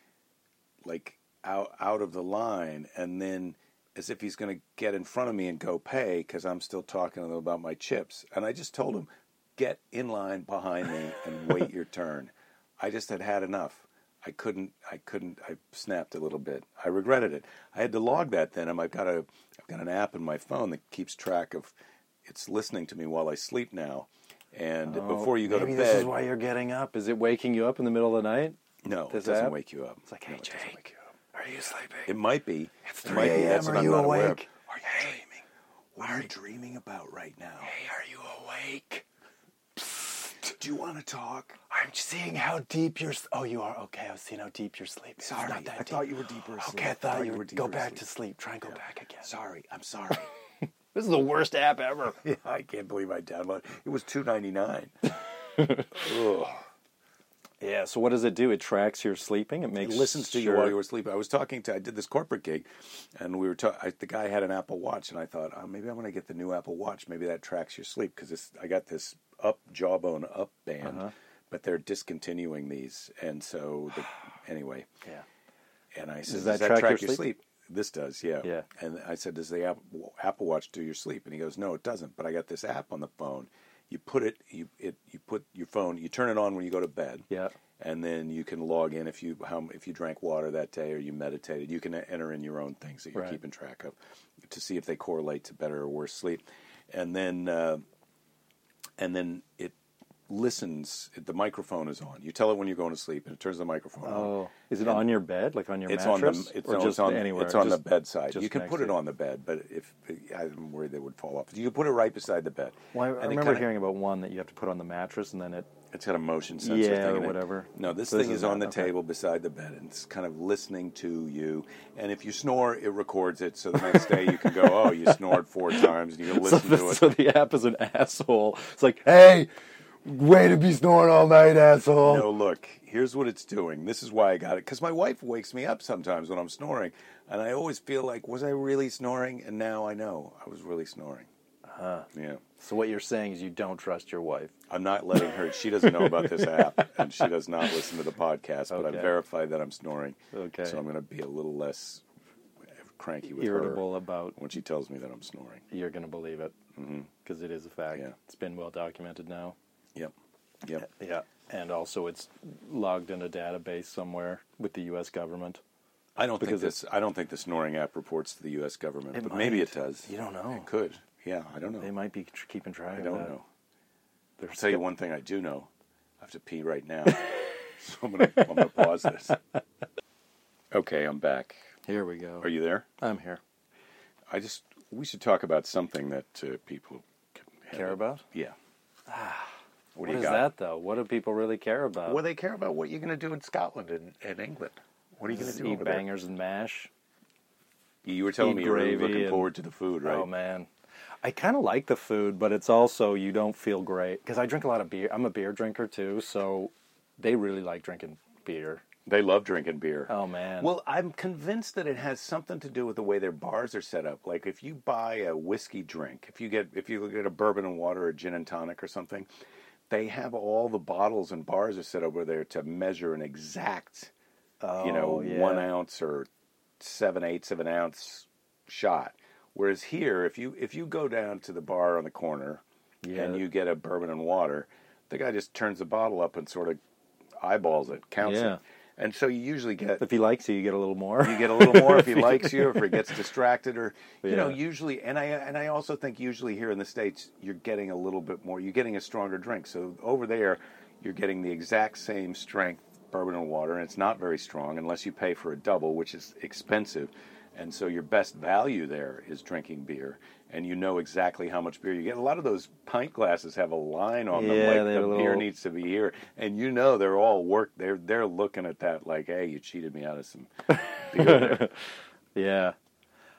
Speaker 1: like out, out of the line. And then as if he's going to get in front of me and go pay because I'm still talking to them about my chips. And I just told him, get in line behind me and wait your turn. I just had had enough. I couldn't. I couldn't. I snapped a little bit. I regretted it. I had to log that. Then and I've got a. I've got an app in my phone that keeps track of. It's listening to me while I sleep now, and before you go to
Speaker 2: Oh, Maybe
Speaker 1: bed.
Speaker 2: this is why you're getting up. Is it waking you up in the middle of the night?
Speaker 1: no,
Speaker 2: this
Speaker 1: it doesn't
Speaker 2: app?
Speaker 1: wake you up.
Speaker 2: It's like,
Speaker 1: No,
Speaker 2: hey,
Speaker 1: it doesn't
Speaker 2: Jake,
Speaker 1: wake you up.
Speaker 2: are you sleeping?
Speaker 1: It might be.
Speaker 2: It's
Speaker 1: It might be.
Speaker 2: 3 a.m.
Speaker 1: That's
Speaker 2: Are
Speaker 1: what I'm
Speaker 2: you
Speaker 1: not aware of.
Speaker 2: awake?
Speaker 1: Are you dreaming? What are you dreaming about right now?
Speaker 2: Hey, are you awake?
Speaker 1: Do you want to talk?
Speaker 2: I'm seeing how deep you're. s- Oh, you are okay. I was seeing how deep you're sleeping. It's
Speaker 1: Sorry,
Speaker 2: not that
Speaker 1: I
Speaker 2: deep.
Speaker 1: thought you were deeper asleep.
Speaker 2: Okay, I thought, you, were. Go
Speaker 1: deeper
Speaker 2: back
Speaker 1: asleep.
Speaker 2: to sleep. Try and go back again.
Speaker 1: Sorry, I'm sorry.
Speaker 2: This is the worst app ever.
Speaker 1: Yeah, I can't believe I downloaded. It was two ninety nine.
Speaker 2: yeah. So what does it do? It tracks your sleeping. It
Speaker 1: It
Speaker 2: makes
Speaker 1: listens to you
Speaker 2: sure-
Speaker 1: while you were sleeping. I was talking to. I did this corporate gig, and we were. Ta- I, the guy had an Apple Watch, and I thought oh, maybe I'm going to get the new Apple Watch. Maybe that tracks your sleep because I got this up jawbone up band, but they're discontinuing these, and so the, anyway.
Speaker 2: Yeah.
Speaker 1: And I said,
Speaker 2: that
Speaker 1: "Does that track, your, sleep? This does, yeah.
Speaker 2: Yeah.
Speaker 1: And I said, "Does the Apple, Apple Watch do your sleep?" And he goes, "No, it doesn't. But I got this app on the phone. You put it, you it, you put your phone, you turn it on when you go to bed.
Speaker 2: Yeah.
Speaker 1: And then you can log in if you how if you drank water that day or you meditated. You can e, enter in your own things that you're
Speaker 2: Right.
Speaker 1: keeping track of to see if they correlate to better or worse sleep. And then uh, and then it listens. The microphone is on. You tell it when you're going to sleep, and it turns the microphone on
Speaker 2: Oh, is it on your bed, like on your
Speaker 1: Um, it's on
Speaker 2: mattress,
Speaker 1: the it's
Speaker 2: or
Speaker 1: on,
Speaker 2: just
Speaker 1: it's on,
Speaker 2: anywhere?
Speaker 1: It's on
Speaker 2: Just-
Speaker 1: the bedside. You
Speaker 2: just
Speaker 1: can
Speaker 2: next
Speaker 1: put
Speaker 2: to
Speaker 1: it
Speaker 2: you?
Speaker 1: on the bed, but if I'm worried they would fall off. You could put it right beside the bed.
Speaker 2: Well, I, I
Speaker 1: And it
Speaker 2: remember
Speaker 1: kinda-
Speaker 2: hearing about one that you have to put on the mattress, and then it.
Speaker 1: It's got a motion sensor
Speaker 2: Yeah,
Speaker 1: thing
Speaker 2: or
Speaker 1: in it.
Speaker 2: whatever.
Speaker 1: No, this
Speaker 2: So this
Speaker 1: thing
Speaker 2: is
Speaker 1: is on the
Speaker 2: not- okay.
Speaker 1: table beside the bed, and it's kind of listening to you. And if you snore, it records it. So the next day you can go, oh, you snored four times, and you can
Speaker 2: So,
Speaker 1: listen to
Speaker 2: the,
Speaker 1: it.
Speaker 2: so the app is an asshole. It's like, hey, way to be snoring all night, asshole.
Speaker 1: No, look, here's what it's doing. This is why I got it. Because my wife wakes me up sometimes when I'm snoring, and I always feel like, was I really snoring? And now I know I was really snoring.
Speaker 2: Uh-huh.
Speaker 1: Huh. Yeah.
Speaker 2: So what you're saying is you don't trust your wife.
Speaker 1: I'm not letting her. She doesn't know about this app, and she does not listen to the podcast. But
Speaker 2: Okay.
Speaker 1: I verified that I'm snoring,
Speaker 2: Okay.
Speaker 1: so I'm going to be a little less cranky with
Speaker 2: Irritable
Speaker 1: her
Speaker 2: about
Speaker 1: when she tells me that I'm snoring.
Speaker 2: you're going to believe it because mm-hmm. is a fact.
Speaker 1: Yeah.
Speaker 2: It's been well documented now.
Speaker 1: Yep, yep.
Speaker 2: Yeah, and also it's logged in a database somewhere with the U.S. government.
Speaker 1: I don't
Speaker 2: Because
Speaker 1: think this. I don't think the snoring app reports to the U.S. government,
Speaker 2: It
Speaker 1: but maybe it
Speaker 2: might.
Speaker 1: does.
Speaker 2: You don't know.
Speaker 1: It could. Yeah, I don't know.
Speaker 2: They might be tr- keeping track.
Speaker 1: I don't
Speaker 2: of that.
Speaker 1: know.
Speaker 2: They're
Speaker 1: I'll tell you one thing I do know. I have to pee right now, so I'm going to I'm going to pause this. Okay, I'm back.
Speaker 2: Here we go.
Speaker 1: Are you there?
Speaker 2: I'm here.
Speaker 1: I just we should talk about something that uh, people can have
Speaker 2: Care
Speaker 1: a-
Speaker 2: about? Ah,
Speaker 1: Yeah. what
Speaker 2: What
Speaker 1: do you
Speaker 2: is
Speaker 1: got?
Speaker 2: that though? What do people really care about?
Speaker 1: Well, they care about what you're going to do in Scotland and, and England. What are you going to
Speaker 2: Just
Speaker 1: do?
Speaker 2: eat
Speaker 1: Over there?
Speaker 2: bangers and mash.
Speaker 1: You were telling
Speaker 2: eat
Speaker 1: me you were really
Speaker 2: gravy
Speaker 1: looking
Speaker 2: and-
Speaker 1: forward to the food, right?
Speaker 2: Oh man, I kind of like the food, but it's also you don't feel great because I drink a lot of beer. I'm a beer drinker too, so they really like drinking beer.
Speaker 1: They love drinking beer.
Speaker 2: Oh man.
Speaker 1: Well, I'm convinced that it has something to do with the way their bars are set up. Like if you buy a whiskey drink, if you get if you get a bourbon and water or gin and tonic or something, they have all the bottles and bars are set up where they're to measure an exact, you know,
Speaker 2: Oh, yeah.
Speaker 1: one ounce or seven eighths of an ounce shot. Whereas here, if you if you go down to the bar on the corner
Speaker 2: Yeah.
Speaker 1: and you get a bourbon and water, the guy just turns the bottle up and sort of eyeballs it, counts
Speaker 2: Yeah.
Speaker 1: it. And so you usually get
Speaker 2: if he likes you, you get a little more.
Speaker 1: you get a little more if he likes you, if he gets distracted, or you know,
Speaker 2: Yeah.
Speaker 1: usually. And I and I also think usually here in the states, you're getting a little bit more. You're getting a stronger drink. So over there, you're getting the exact same strength bourbon and water, and it's not very strong unless you pay for a double, which is expensive. And so your best value there is drinking beer, and you know exactly how much beer you get. A lot of those pint glasses have a line on
Speaker 2: Yeah,
Speaker 1: them, like the
Speaker 2: they have a
Speaker 1: beer
Speaker 2: little-
Speaker 1: needs to be here, and you know they're all work. They're they're looking at that like, hey, you cheated me out of some beer there.
Speaker 2: yeah.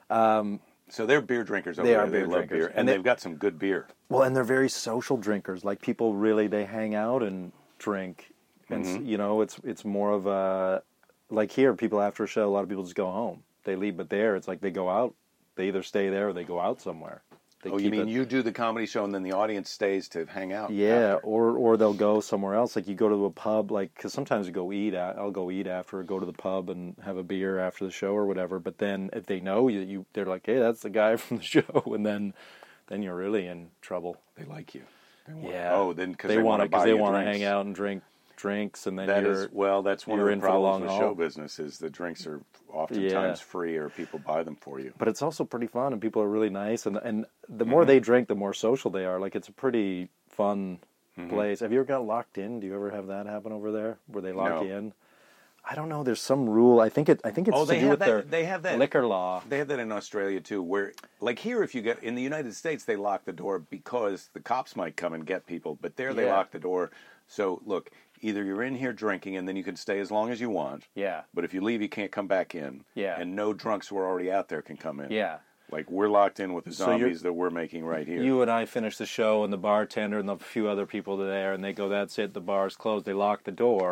Speaker 1: So they're beer drinkers over
Speaker 2: They
Speaker 1: there.
Speaker 2: are
Speaker 1: they
Speaker 2: beer
Speaker 1: love
Speaker 2: drinkers.
Speaker 1: beer,
Speaker 2: And
Speaker 1: and,
Speaker 2: they-
Speaker 1: they, have got some good beer.
Speaker 2: Well, and they're very social drinkers. Like people really they hang out and drink, and s
Speaker 1: Mm-hmm.
Speaker 2: you know it's it's more of a like here people after a show a lot of people just go home. They leave, but there it's like they go out. They either stay there or they go out somewhere. They
Speaker 1: Oh, you
Speaker 2: keep
Speaker 1: mean
Speaker 2: it-
Speaker 1: you do the comedy show, and then the audience stays to hang out?
Speaker 2: Yeah,
Speaker 1: after?
Speaker 2: or or they'll go somewhere else. Like you go to a pub, like because sometimes you go eat. a- I'll go eat after, go to the pub and have a beer after the show or whatever. But then if they know you, you they're like, hey, that's the guy from the show, and then then you're really in trouble.
Speaker 1: they like you. They want,
Speaker 2: Yeah.
Speaker 1: Oh, then because
Speaker 2: they, want
Speaker 1: want
Speaker 2: to because they
Speaker 1: want
Speaker 2: want to hang out and drink drinks, and then
Speaker 1: That
Speaker 2: you're
Speaker 1: is well. That's one of
Speaker 2: you're
Speaker 1: the
Speaker 2: in for the
Speaker 1: problems
Speaker 2: long
Speaker 1: with
Speaker 2: haul.
Speaker 1: show business is the drinks are oftentimes free, or people buy them for you.
Speaker 2: but it's also pretty fun and people are really nice and and the more
Speaker 1: Mm-hmm.
Speaker 2: they drink the more social they are like it's a pretty fun
Speaker 1: Mm-hmm.
Speaker 2: place have you ever got locked in do you ever have that happen over there where they lock
Speaker 1: No.
Speaker 2: you in i don't know there's some rule i think it i think it's
Speaker 1: Oh,
Speaker 2: to
Speaker 1: they
Speaker 2: do
Speaker 1: have
Speaker 2: with
Speaker 1: that-
Speaker 2: their
Speaker 1: they have that-
Speaker 2: liquor law
Speaker 1: They have that in Australia too, where like here, if you get in the United States, they lock the door because the cops might come and get people. But there, they
Speaker 2: Yeah.
Speaker 1: lock the door. So look, either you're in here drinking, and then you can stay as long as you want.
Speaker 2: yeah
Speaker 1: But if you leave, you can't come back in.
Speaker 2: Yeah.
Speaker 1: And no drunks who are already out there can come in.
Speaker 2: yeah
Speaker 1: Like we're locked in with the
Speaker 2: So you're-
Speaker 1: zombies that we're making right here.
Speaker 2: you and i finished the show and the bartender and the few other people are there and they go that's it the bar's closed they lock the door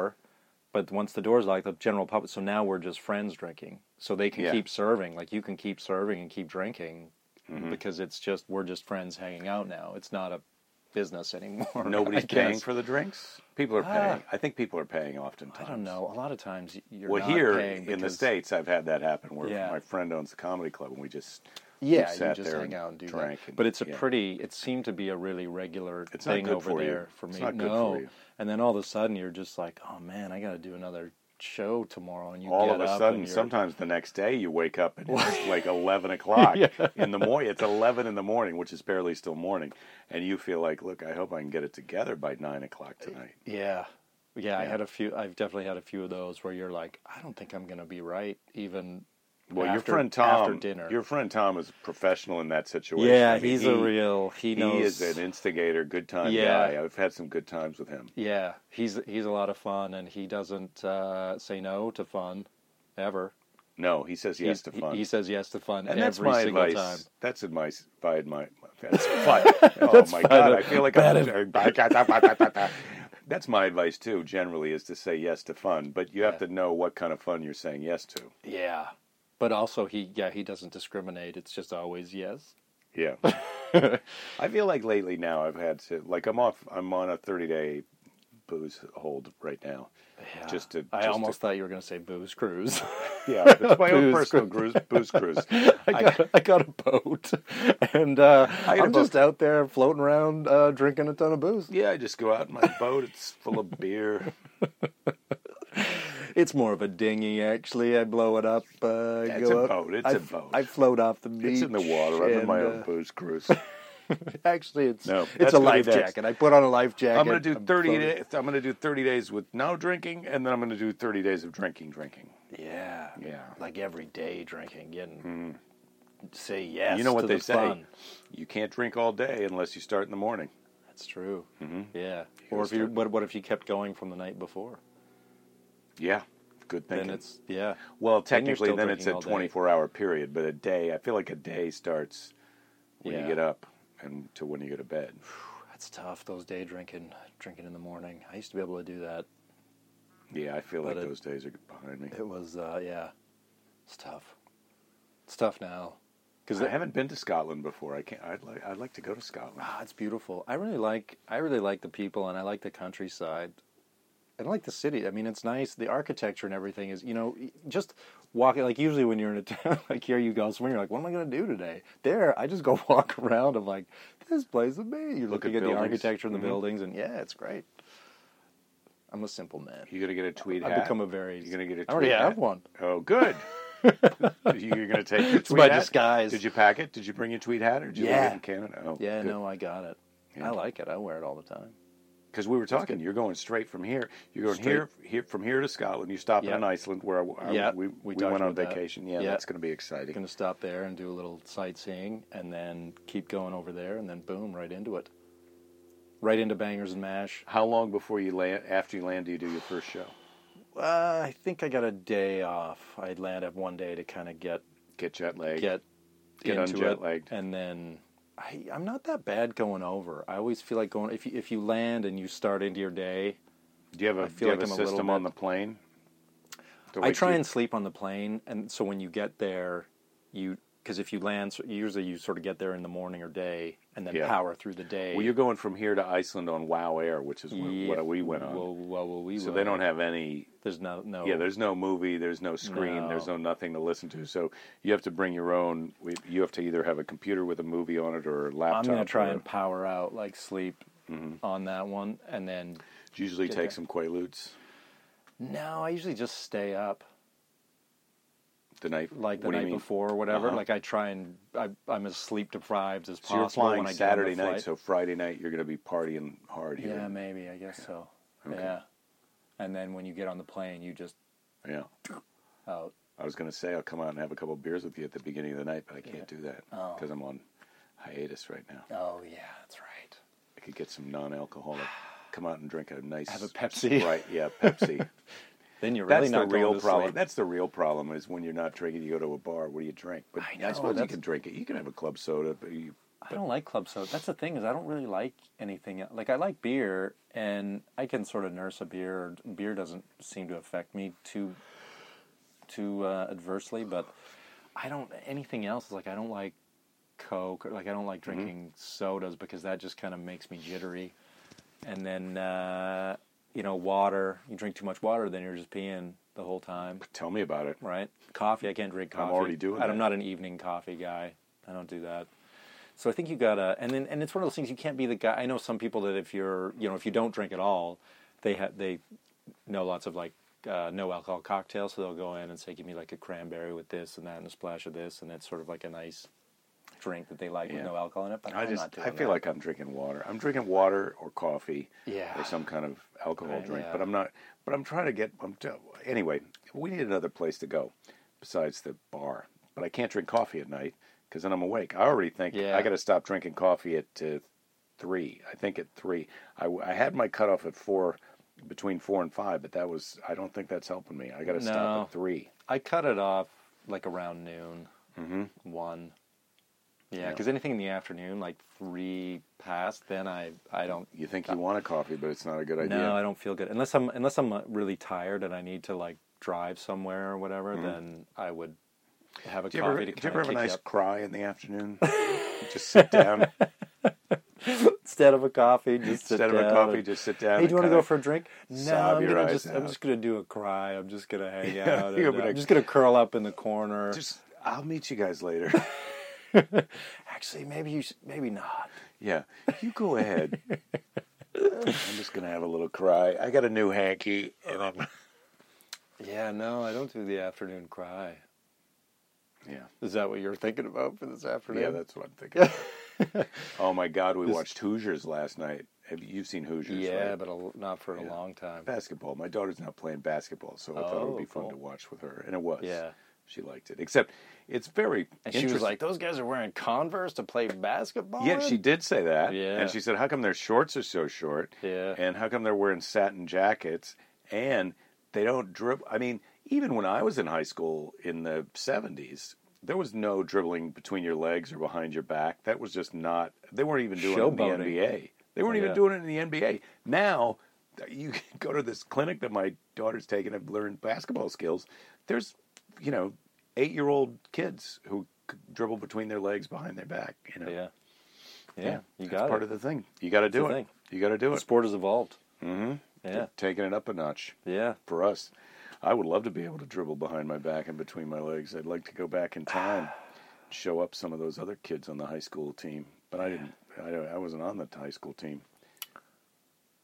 Speaker 2: but once the door's locked the general public so now we're just friends drinking so they can
Speaker 1: Yeah.
Speaker 2: keep serving like you can keep serving and keep drinking
Speaker 1: Mm-hmm.
Speaker 2: because it's just we're just friends hanging out now it's not a business anymore
Speaker 1: Nobody's
Speaker 2: I
Speaker 1: paying
Speaker 2: guess.
Speaker 1: for the drinks. People are
Speaker 2: Ah.
Speaker 1: paying. I think people are paying oftentimes.
Speaker 2: i don't know a lot of times you're
Speaker 1: Well,
Speaker 2: not
Speaker 1: here
Speaker 2: paying
Speaker 1: in the
Speaker 2: because-
Speaker 1: states, I've had that happen where
Speaker 2: Yeah.
Speaker 1: my friend owns a comedy club, and we just
Speaker 2: yeah
Speaker 1: we sat
Speaker 2: you just
Speaker 1: there
Speaker 2: hang
Speaker 1: and
Speaker 2: out and do
Speaker 1: drank
Speaker 2: that
Speaker 1: and-
Speaker 2: but it's a
Speaker 1: yeah.
Speaker 2: pretty it seemed to be a really regular
Speaker 1: It's not
Speaker 2: thing
Speaker 1: good
Speaker 2: over
Speaker 1: for you.
Speaker 2: there for me
Speaker 1: It's not
Speaker 2: no
Speaker 1: good for you.
Speaker 2: and then all of a sudden you're just like oh man i gotta do another show tomorrow and you
Speaker 1: all
Speaker 2: get
Speaker 1: of
Speaker 2: up
Speaker 1: a
Speaker 2: and
Speaker 1: sudden,
Speaker 2: you're-
Speaker 1: sometimes the next day, you wake up and it's like eleven o'clock in the morning. It's eleven in the morning, which is barely still morning, and you feel like, look, I hope I can get it together by nine o'clock tonight.
Speaker 2: Yeah. Yeah, I
Speaker 1: Yeah.
Speaker 2: had a few. I've definitely had a few of those where you're like, I don't think I'm going to be right, even.
Speaker 1: Well, your
Speaker 2: after-
Speaker 1: friend Tom,
Speaker 2: after dinner.
Speaker 1: your friend Tom is a professional in that situation.
Speaker 2: yeah,
Speaker 1: I mean,
Speaker 2: he's
Speaker 1: he-
Speaker 2: a real.
Speaker 1: he
Speaker 2: He knows.
Speaker 1: is an instigator, good time
Speaker 2: Yeah.
Speaker 1: guy. I've had some good times with him.
Speaker 2: yeah, he's he's a lot of fun, and he doesn't uh, say no to fun, ever.
Speaker 1: No, he says yes
Speaker 2: He's-
Speaker 1: to fun,
Speaker 2: He, he says yes to fun
Speaker 1: and
Speaker 2: every
Speaker 1: that's my
Speaker 2: single
Speaker 1: advice.
Speaker 2: time.
Speaker 1: That's advice. By my that's fun. oh my god, I feel like I'm. that's my advice too. Generally, is to say yes to fun, but you have to
Speaker 2: Yeah.
Speaker 1: know what kind of fun you're saying yes to.
Speaker 2: Yeah, but also he yeah he doesn't discriminate. It's just always yes.
Speaker 1: Yeah. I feel like lately now I've had to like I'm off. I'm on a 30 day booze hold right now.
Speaker 2: Yeah.
Speaker 1: Just to
Speaker 2: I
Speaker 1: just to-
Speaker 2: almost thought you were going to say booze cruise.
Speaker 1: Yeah, but it's my own
Speaker 2: Booze
Speaker 1: personal cruise, booze cruise.
Speaker 2: I got, I got a boat, and uh,
Speaker 1: I got a
Speaker 2: I'm just out there floating around uh, drinking a ton of booze.
Speaker 1: Yeah, I just go out in my boat. It's full of beer.
Speaker 2: It's more of a dinghy, actually. I blow it up. Uh,
Speaker 1: it's
Speaker 2: go
Speaker 1: a
Speaker 2: up.
Speaker 1: boat, it's
Speaker 2: I,
Speaker 1: a boat.
Speaker 2: I float off the beach.
Speaker 1: It's in the water. I'm in my
Speaker 2: and,
Speaker 1: own
Speaker 2: uh,
Speaker 1: booze cruise.
Speaker 2: Actually, it's
Speaker 1: No, that's
Speaker 2: it's a
Speaker 1: gonna be
Speaker 2: life
Speaker 1: next.
Speaker 2: jacket. I put on a life jacket.
Speaker 1: I'm gonna do 30
Speaker 2: floating.
Speaker 1: days. I'm gonna do 30 days with no drinking, and then I'm gonna do 30 days of drinking, drinking.
Speaker 2: Yeah,
Speaker 1: Yeah.
Speaker 2: Like every day drinking, getting say yes.
Speaker 1: you know
Speaker 2: to
Speaker 1: what they
Speaker 2: the
Speaker 1: say?
Speaker 2: fun.
Speaker 1: You can't drink all day unless you start in the morning.
Speaker 2: That's true. Yeah. Mm-hmm. or
Speaker 1: gotta
Speaker 2: if you
Speaker 1: start-
Speaker 2: what, what if you kept going from the night before?
Speaker 1: Yeah, good
Speaker 2: Then
Speaker 1: thinking.
Speaker 2: it's yeah.
Speaker 1: well,
Speaker 2: then you're
Speaker 1: technically,
Speaker 2: still
Speaker 1: then it's a
Speaker 2: drinking all day.
Speaker 1: 24 hour period, but a day. I feel like a day starts when
Speaker 2: Yeah.
Speaker 1: you get up and to when you go to bed.
Speaker 2: That's tough. Those day drinking, drinking in the morning. I used to be able to do that.
Speaker 1: Yeah, I feel
Speaker 2: But
Speaker 1: like
Speaker 2: it-
Speaker 1: those days are behind me.
Speaker 2: It was, uh, yeah, it's tough. It's tough now because
Speaker 1: I haven't been to Scotland before. I can't. I'd like. I'd like to go to Scotland.
Speaker 2: Ah, it's beautiful. I really like I really like the people and I like the countryside. I like the city. I mean, it's nice. The architecture and everything is, you know, just walking. Like usually when you're in a town, like here you go somewhere, you're like, what am I going to do today? There, I just go walk around. I'm like, this place is me. You're
Speaker 1: Look at
Speaker 2: looking at, the
Speaker 1: buildings.
Speaker 2: architecture and the
Speaker 1: Mhm.
Speaker 2: buildings, and yeah, it's great. I'm a simple man.
Speaker 1: You're gonna get a tweed
Speaker 2: I've
Speaker 1: hat.
Speaker 2: become a very.
Speaker 1: You're gonna get a tweed
Speaker 2: I already
Speaker 1: hat.
Speaker 2: have one.
Speaker 1: Oh, good. You're gonna take your tweed
Speaker 2: It's my
Speaker 1: hat?
Speaker 2: disguise.
Speaker 1: Did you pack it? Did you bring your tweed hat, or did you leave
Speaker 2: Yeah.
Speaker 1: it in Canada? Oh,
Speaker 2: Yeah, no, I got it.
Speaker 1: Yeah.
Speaker 2: I like it. I wear it all the time.
Speaker 1: Because we were talking, you're going straight from here. You're going
Speaker 2: Straight.
Speaker 1: here, here from here to Scotland. You stop
Speaker 2: Yeah.
Speaker 1: in Iceland, where I, I-
Speaker 2: Yeah,
Speaker 1: we,
Speaker 2: we
Speaker 1: we,
Speaker 2: talked
Speaker 1: went on
Speaker 2: about that.
Speaker 1: vacation. Yeah,
Speaker 2: Yeah.
Speaker 1: that's going to be exciting.
Speaker 2: going to stop there and do a little sightseeing and then keep going over there and then boom right into it right into bangers and mash
Speaker 1: How long before you land? After you land, do you do your first show?
Speaker 2: uh, i think i got a day off i'd land up one day to kind of get
Speaker 1: Get jet lagged.
Speaker 2: get,
Speaker 1: Get
Speaker 2: into it
Speaker 1: unjet-lagged.
Speaker 2: and then I, i'm not that bad going over i always feel like going if you, if you land and you start into your day
Speaker 1: do you have a,
Speaker 2: I
Speaker 1: do
Speaker 2: feel
Speaker 1: you have
Speaker 2: like I'm
Speaker 1: a
Speaker 2: a little
Speaker 1: system on the
Speaker 2: bit-
Speaker 1: plane? To
Speaker 2: I
Speaker 1: wake
Speaker 2: try
Speaker 1: you-
Speaker 2: and sleep on the plane, and so when you get there, you because if you land, so usually you sort of get there in the morning or day, and then
Speaker 1: Yeah.
Speaker 2: power through the day.
Speaker 1: Well, you're going from here to Iceland on WoW Air, which is wh- what we went on.
Speaker 2: Well, well, well, we
Speaker 1: so
Speaker 2: will.
Speaker 1: they don't have any.
Speaker 2: There's no, no.
Speaker 1: Yeah, there's no movie, there's no screen,
Speaker 2: No.
Speaker 1: there's no nothing to listen to. So you have to bring your own. we- You have to either have a computer with a movie on it or a
Speaker 2: I'm
Speaker 1: laptop. Mm-hmm.
Speaker 2: gonna try
Speaker 1: or-
Speaker 2: and power out, like sleep on that one, and then
Speaker 1: usually
Speaker 2: get
Speaker 1: take
Speaker 2: that.
Speaker 1: some Quaaludes
Speaker 2: no, I usually just stay up,
Speaker 1: the night.
Speaker 2: like the
Speaker 1: what do you
Speaker 2: night
Speaker 1: mean?
Speaker 2: before or whatever.
Speaker 1: Uh-huh.
Speaker 2: Like I try and I, I'm as sleep deprived as
Speaker 1: So
Speaker 2: possible
Speaker 1: you're flying
Speaker 2: when I get on the
Speaker 1: Saturday night,
Speaker 2: flight.
Speaker 1: so Friday night you're going to be partying hard here.
Speaker 2: yeah, maybe I guess so. Yeah, and then when you get on the plane, you just oh,
Speaker 1: Yeah.
Speaker 2: out.
Speaker 1: I was going to say I'll come out and have a couple beers with you at the beginning of the night, but I can't do that
Speaker 2: Oh.
Speaker 1: because I'm on hiatus right now.
Speaker 2: Oh yeah, that's right.
Speaker 1: I could get some non-alcoholic. Come out and drink a nice.
Speaker 2: Have a Pepsi.
Speaker 1: Right? Yeah, Pepsi.
Speaker 2: Then you're
Speaker 1: That's
Speaker 2: really not
Speaker 1: the real
Speaker 2: going to
Speaker 1: problem.
Speaker 2: sleep.
Speaker 1: That's the real problem is when you're not drinking. You go to a bar. What do you drink? But
Speaker 2: I
Speaker 1: I,
Speaker 2: know,
Speaker 1: suppose you
Speaker 2: that's-
Speaker 1: can drink it. You can have a club soda. But you,
Speaker 2: I don't like club soda. That's the thing is I don't really like anything. el- Like I like beer, and I can sort of nurse a beer. Beer doesn't seem to affect me too too uh, adversely, but I don't anything else. is Like I don't like Coke. Or, like I don't like drinking sodas because that just kind of makes me jittery. And then uh, you know water. You drink too much water, then you're just peeing the whole time,
Speaker 1: tell me about it.
Speaker 2: right? Coffee. I can't drink
Speaker 1: I'm
Speaker 2: coffee.
Speaker 1: already doing
Speaker 2: I'm
Speaker 1: that.
Speaker 2: not an evening coffee guy. I don't do that. So I think you gotta, and then and it's one of those things you can't be the guy. I know some people that if you're, you know, if you don't drink at all, they ha- they know lots of like uh, no alcohol cocktails, so they'll go in and say, give me like a cranberry with this and that and a splash of this, and it's sort of like a nice drink that they like
Speaker 1: Yeah.
Speaker 2: with no alcohol in it. But
Speaker 1: I
Speaker 2: I'm
Speaker 1: just
Speaker 2: not doing
Speaker 1: I feel
Speaker 2: that.
Speaker 1: like I'm drinking water. I'm drinking water or coffee
Speaker 2: Yeah.
Speaker 1: or some kind of alcohol
Speaker 2: Right,
Speaker 1: drink,
Speaker 2: yeah.
Speaker 1: but I'm not but I'm trying to get I'm t- anyway, we need another place to go besides the bar. But I can't drink coffee at night cuz then I'm awake. I already think
Speaker 2: Yeah.
Speaker 1: I got to stop drinking coffee at uh, 3. I think at 3. I, w- I had my cutoff at 4 between 4 and 5, but that was I don't think that's helping me. I got to
Speaker 2: No.
Speaker 1: stop at 3.
Speaker 2: I cut it off like around noon, mm-hmm. one. Yeah,
Speaker 1: Yeah.
Speaker 2: because anything in the afternoon, like three past, then I I don't
Speaker 1: You think you want a coffee, but it's not a good idea.
Speaker 2: Uh, No, I don't feel good unless I'm unless I'm uh, really tired and I need to like drive somewhere or whatever. Then I would have a
Speaker 1: Mm-hmm. Do you,
Speaker 2: coffee
Speaker 1: ever,
Speaker 2: to
Speaker 1: do you
Speaker 2: kind
Speaker 1: ever
Speaker 2: of
Speaker 1: have a
Speaker 2: kick
Speaker 1: nice
Speaker 2: up.
Speaker 1: cry in the afternoon? just sit down.
Speaker 2: instead of a coffee. Just sit
Speaker 1: Instead of a
Speaker 2: down
Speaker 1: coffee,
Speaker 2: and,
Speaker 1: just sit down.
Speaker 2: Hey, do you
Speaker 1: and
Speaker 2: want to go
Speaker 1: kinda-
Speaker 2: for a drink? No,
Speaker 1: sob
Speaker 2: I'm
Speaker 1: your
Speaker 2: gonna
Speaker 1: eyes
Speaker 2: just I'm
Speaker 1: out.
Speaker 2: just gonna do a cry. I'm just gonna hang
Speaker 1: Yeah,
Speaker 2: out.
Speaker 1: you're
Speaker 2: and, uh,
Speaker 1: gonna-
Speaker 2: I'm just gonna curl up in the corner.
Speaker 1: Just, I'll meet you guys later.
Speaker 2: Actually, maybe you should, maybe not.
Speaker 1: yeah, you go ahead. I'm just gonna have a little cry. I got a new hanky, and I'm.
Speaker 2: Yeah, no, I don't do the afternoon cry.
Speaker 1: Yeah,
Speaker 2: Is that what you're thinking about for this afternoon?
Speaker 1: yeah, that's what I'm thinking. oh my God, we watched Hoosiers last night. Have you, you've seen Hoosiers?
Speaker 2: yeah,
Speaker 1: right?
Speaker 2: but a, not for a
Speaker 1: Yeah.
Speaker 2: long time.
Speaker 1: basketball. My daughter's not playing basketball, so I thought it
Speaker 2: Oh,
Speaker 1: would be fun
Speaker 2: cool.
Speaker 1: to watch with her, and it was.
Speaker 2: Yeah.
Speaker 1: she liked it. Except, it's very.
Speaker 2: And she was
Speaker 1: interest-
Speaker 2: like, "Those guys are wearing Converse to play basketball."
Speaker 1: Yeah,
Speaker 2: in?"
Speaker 1: she did say that.
Speaker 2: Yeah.
Speaker 1: And she said, How come their shorts are so short?
Speaker 2: Yeah.
Speaker 1: And how come they're wearing satin jackets and they don't drip? I mean, even when I was in high school in the 70s, There was no dribbling between your legs or behind your back. That was just not. They weren't even doing it in the
Speaker 2: Showboating.
Speaker 1: NBA. They weren't even
Speaker 2: Yeah.
Speaker 1: doing it in the NBA. Now you can go to this clinic that my daughter's taken. I've learned basketball skills. There's, you know, eight-year-old kids who c- dribble between their legs behind their back. You know,
Speaker 2: Yeah. Yeah. you got
Speaker 1: That's
Speaker 2: it.
Speaker 1: part of the thing. You got to do
Speaker 2: the
Speaker 1: it.
Speaker 2: thing.
Speaker 1: You got to do
Speaker 2: the
Speaker 1: it.
Speaker 2: sport has evolved.
Speaker 1: Mm-hmm.
Speaker 2: Yeah.
Speaker 1: taking it up a notch
Speaker 2: Yeah.
Speaker 1: for us. I would love to be able to dribble behind my back and between my legs. I'd like to go back in time, show up some of those other kids on the high school team. But I didn't. I, don't- I wasn't on the high school team.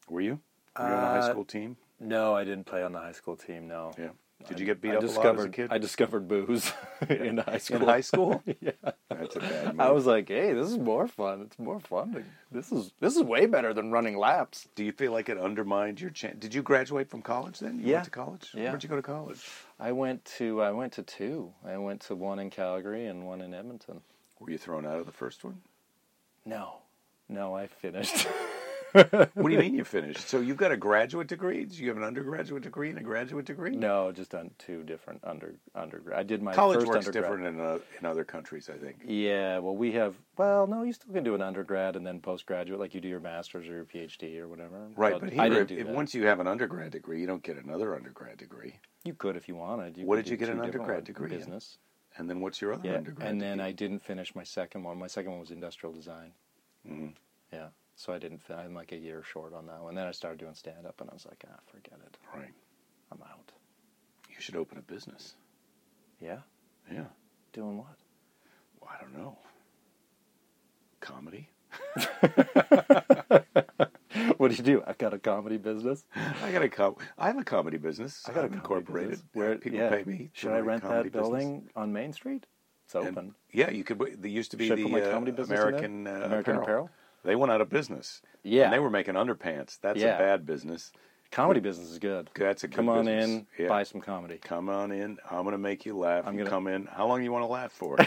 Speaker 1: Were you? Were you on the high
Speaker 2: Uh,
Speaker 1: school team?
Speaker 2: No, I didn't play on the high school team. No.
Speaker 1: Yeah. Did you get beat
Speaker 2: I
Speaker 1: up a lot as a
Speaker 2: discovered
Speaker 1: kid?
Speaker 2: I discovered booze in high
Speaker 1: in
Speaker 2: school.
Speaker 1: high school? yeah. That's a bad move.
Speaker 2: I was like, "Hey, this is more fun. It's more fun. to- This is this is way better than running laps."
Speaker 1: Do you feel like it undermined your chance? Did you graduate from college then? You
Speaker 2: Yeah.
Speaker 1: went to college?
Speaker 2: Yeah.
Speaker 1: Where'd you go to college?
Speaker 2: I went to I went to two. I went to one in Calgary and one in Edmonton.
Speaker 1: Were you thrown out of the first one?
Speaker 2: No, no, I finished.
Speaker 1: What do you mean you finished? So you've got a graduate degree? Do you have an undergraduate degree and a graduate degree?
Speaker 2: no, just on two different under undergrad. I did my
Speaker 1: College
Speaker 2: first
Speaker 1: works
Speaker 2: undergrad.
Speaker 1: different in, uh, in other countries, I think.
Speaker 2: Yeah, well, we have. Well, no, you still can do an undergrad and then postgraduate, like you do your master's or your PhD or whatever.
Speaker 1: Right, but
Speaker 2: I
Speaker 1: here,
Speaker 2: didn't
Speaker 1: if,
Speaker 2: do
Speaker 1: if
Speaker 2: that.
Speaker 1: once you have an undergrad degree, you don't get another undergrad degree.
Speaker 2: you could if you wanted.
Speaker 1: What
Speaker 2: could
Speaker 1: did you
Speaker 2: do
Speaker 1: get an
Speaker 2: two different
Speaker 1: undergrad
Speaker 2: ones,
Speaker 1: degree in?
Speaker 2: Business.
Speaker 1: And then what's your other
Speaker 2: Yeah,
Speaker 1: undergrad?
Speaker 2: and then
Speaker 1: degree?
Speaker 2: I didn't finish my second one. My second one was industrial design. Mm-hmm. Yeah, so I didn't. Fin- I'm like a year short on that one. Then I started doing stand up, and I was like, ah, forget it.
Speaker 1: Right.
Speaker 2: I'm out.
Speaker 1: You should open a business.
Speaker 2: Yeah,
Speaker 1: Yeah.
Speaker 2: doing what?
Speaker 1: Well, I don't know. Comedy.
Speaker 2: what do you do? I've got a comedy business.
Speaker 1: I got a com- I have a comedy business.
Speaker 2: I got a
Speaker 1: I've
Speaker 2: comedy
Speaker 1: incorporated.
Speaker 2: business.
Speaker 1: Where people
Speaker 2: yeah.
Speaker 1: pay me. to
Speaker 2: Should I
Speaker 1: run a
Speaker 2: rent
Speaker 1: comedy
Speaker 2: that
Speaker 1: business.
Speaker 2: building on Main Street? It's
Speaker 1: And-
Speaker 2: open.
Speaker 1: yeah, you could. There used to be
Speaker 2: Should
Speaker 1: the
Speaker 2: I put my
Speaker 1: uh,
Speaker 2: comedy business in there?
Speaker 1: American uh,
Speaker 2: American Apparel?
Speaker 1: They went out of business.
Speaker 2: Yeah.
Speaker 1: and they were making underpants. That's a
Speaker 2: Yeah.
Speaker 1: bad business.
Speaker 2: Comedy business is good.
Speaker 1: That's a good
Speaker 2: Come on
Speaker 1: business.
Speaker 2: in,
Speaker 1: Yeah.
Speaker 2: buy some comedy.
Speaker 1: Come on in. I'm going to make you laugh.
Speaker 2: I'm
Speaker 1: you
Speaker 2: gonna-
Speaker 1: come in. How long you want to laugh for?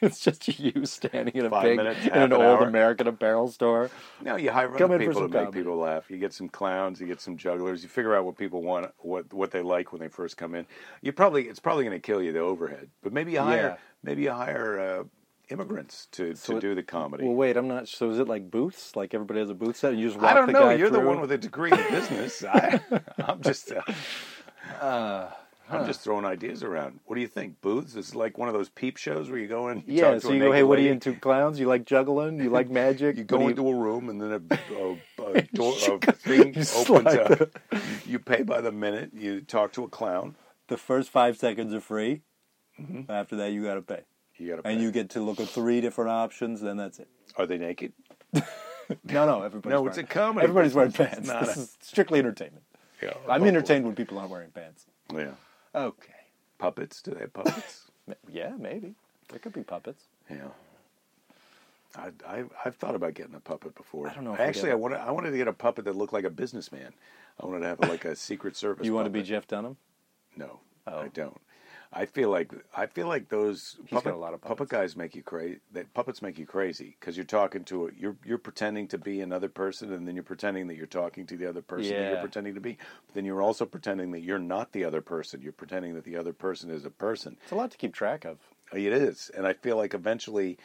Speaker 2: It's just you standing in a
Speaker 1: Five
Speaker 2: big
Speaker 1: minutes,
Speaker 2: in
Speaker 1: half
Speaker 2: an
Speaker 1: an
Speaker 2: old
Speaker 1: hour.
Speaker 2: American Apparel store.
Speaker 1: no, you hire
Speaker 2: Come
Speaker 1: other
Speaker 2: in for
Speaker 1: people to
Speaker 2: some
Speaker 1: make
Speaker 2: comedy.
Speaker 1: people laugh. You get some clowns. You get some jugglers. You figure out what people want, what what they like when they first come in. You probably it's probably going to kill you the overhead, but maybe you hire
Speaker 2: Yeah.
Speaker 1: maybe you hire uh, immigrants to, to
Speaker 2: So it-
Speaker 1: do the comedy.
Speaker 2: Well, wait, I'm not. So is it like booths? Like everybody has a booth set, and you just walk
Speaker 1: I don't
Speaker 2: the
Speaker 1: know.
Speaker 2: guy
Speaker 1: You're the
Speaker 2: through?
Speaker 1: one with a degree in business. I, I'm just. Uh,
Speaker 2: Uh,
Speaker 1: I'm just throwing ideas around. What do you think? Booths is like one of those peep shows where you go in. You talk
Speaker 2: Yeah,
Speaker 1: to
Speaker 2: so
Speaker 1: a
Speaker 2: you go, hey,
Speaker 1: naked
Speaker 2: what are you
Speaker 1: lady."
Speaker 2: into? Clowns? You like juggling? You like magic?
Speaker 1: You
Speaker 2: What do
Speaker 1: go
Speaker 2: you-
Speaker 1: into a room and then a, a, a door, a thing opens
Speaker 2: slide
Speaker 1: up. You pay by the minute. You talk to a clown.
Speaker 3: the first five seconds are free.
Speaker 2: Mm-hmm.
Speaker 3: After that, you got to pay.
Speaker 1: You gotta.
Speaker 3: And
Speaker 1: pay.
Speaker 3: you get to look at three different options, then that's it.
Speaker 1: are they naked?
Speaker 3: No, no, everybody's
Speaker 1: No,
Speaker 3: wearing,
Speaker 1: it's a comedy
Speaker 3: Everybody's wearing
Speaker 1: business.
Speaker 3: pants.
Speaker 1: It's
Speaker 3: This
Speaker 1: not a-
Speaker 3: is strictly entertainment.
Speaker 1: Yeah,
Speaker 3: I'm
Speaker 1: oh,
Speaker 3: entertained when people aren't wearing pants.
Speaker 1: Yeah,
Speaker 2: Okay.
Speaker 1: puppets. Do they have puppets?
Speaker 2: Ma- Yeah, maybe. There could be puppets.
Speaker 1: yeah. I, I I've thought about getting a puppet before.
Speaker 2: I don't know if we
Speaker 1: Actually,
Speaker 2: did.
Speaker 1: I wanted I wanted to get a puppet that looked like a businessman. I wanted to have like a Secret Service.
Speaker 2: You want to be
Speaker 1: puppet.
Speaker 2: Jeff Dunham?
Speaker 1: No,
Speaker 2: Oh.
Speaker 1: I don't. I feel like I feel like those
Speaker 2: got
Speaker 1: puppet,
Speaker 2: a lot of
Speaker 1: puppet guys make you crazy. That puppets make you crazy because you're talking to a, you're you're pretending to be another person, and then you're pretending that you're talking to the other person that you're
Speaker 2: Yeah.
Speaker 1: pretending to be. But then you're also pretending that you're not the other person. You're pretending that the other person is a person.
Speaker 2: It's a lot to keep track of.
Speaker 1: It is, and I feel like eventually,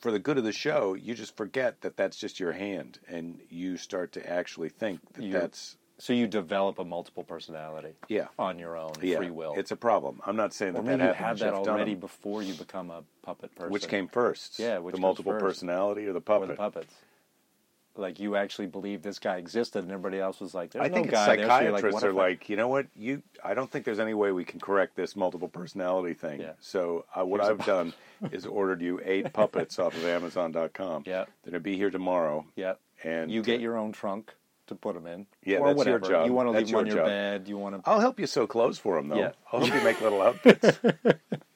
Speaker 1: for the good of the show, you just forget that that's just your hand, and you start to actually think that
Speaker 2: You-
Speaker 1: that's
Speaker 2: So you develop a multiple personality.
Speaker 1: Yeah.
Speaker 2: On your own
Speaker 1: yeah,
Speaker 2: free will.
Speaker 1: It's a problem. I'm not saying that
Speaker 2: or maybe
Speaker 1: that
Speaker 2: you
Speaker 1: happened
Speaker 2: had
Speaker 1: to
Speaker 2: that
Speaker 1: Jeff Dunham.
Speaker 2: already before you become a puppet person.
Speaker 1: Which came first?
Speaker 2: Yeah, which
Speaker 1: the
Speaker 2: comes
Speaker 1: multiple
Speaker 2: first?
Speaker 1: personality or the
Speaker 2: or
Speaker 1: puppet?
Speaker 2: the puppets. Like you actually believed this guy existed, and everybody else was like, "There's
Speaker 1: I think it's
Speaker 2: no guy there." So you're
Speaker 1: psychiatrists
Speaker 2: what
Speaker 1: are
Speaker 2: if I-
Speaker 1: like, you know what? You, I don't think there's any way we can correct this multiple personality thing.
Speaker 2: Yeah.
Speaker 1: So uh, what I've done is ordered you eight puppets off of Amazon.com.
Speaker 2: Yeah.
Speaker 1: they're gonna be here tomorrow.
Speaker 2: "Yeah."
Speaker 1: and
Speaker 2: you get your own trunk to put them in.
Speaker 1: Yeah,
Speaker 2: or
Speaker 1: that's your
Speaker 2: whatever.
Speaker 1: job.
Speaker 2: You want to
Speaker 1: That's
Speaker 2: leave them on
Speaker 1: your
Speaker 2: your
Speaker 1: job.
Speaker 2: bed. You want to.
Speaker 1: I'll help you sew clothes for them, though.
Speaker 2: Yeah.
Speaker 1: I'll help you make little outfits.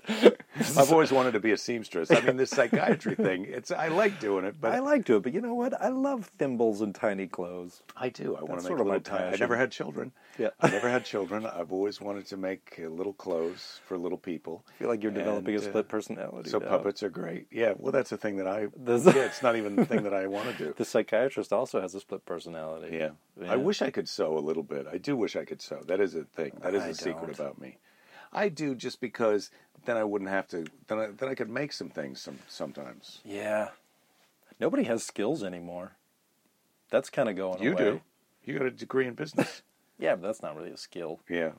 Speaker 1: I've always wanted to be a seamstress. I mean, this psychiatry thing—it's I like doing it, but
Speaker 2: I like to, but you know what? I love thimbles and tiny clothes.
Speaker 1: I do. I want
Speaker 2: That's
Speaker 1: to make
Speaker 2: sort of my
Speaker 1: little tiny. I
Speaker 2: passion.
Speaker 1: never had children.
Speaker 2: Yeah.
Speaker 1: I never had children. I've always wanted to make uh, little clothes for little people.
Speaker 2: I feel like you're developing
Speaker 1: And,
Speaker 2: a
Speaker 1: uh,
Speaker 2: split personality.
Speaker 1: So
Speaker 2: now.
Speaker 1: puppets are great. Yeah. Well, that's the thing that I.
Speaker 2: Does-
Speaker 1: yeah, it's not even the thing that I want to do.
Speaker 2: The psychiatrist also has a split personality.
Speaker 1: yeah. I wish I could sew a little bit. I do wish I could sew. That is a thing. That is a
Speaker 2: I
Speaker 1: secret
Speaker 2: don't.
Speaker 1: about me. I do just because then I wouldn't have to. Then I, then I could make some things some, sometimes.
Speaker 2: Yeah. Nobody has skills anymore. That's kind of going
Speaker 1: you
Speaker 2: away.
Speaker 1: do. You got a degree in business.
Speaker 2: Yeah, but that's not really a skill.
Speaker 1: yeah.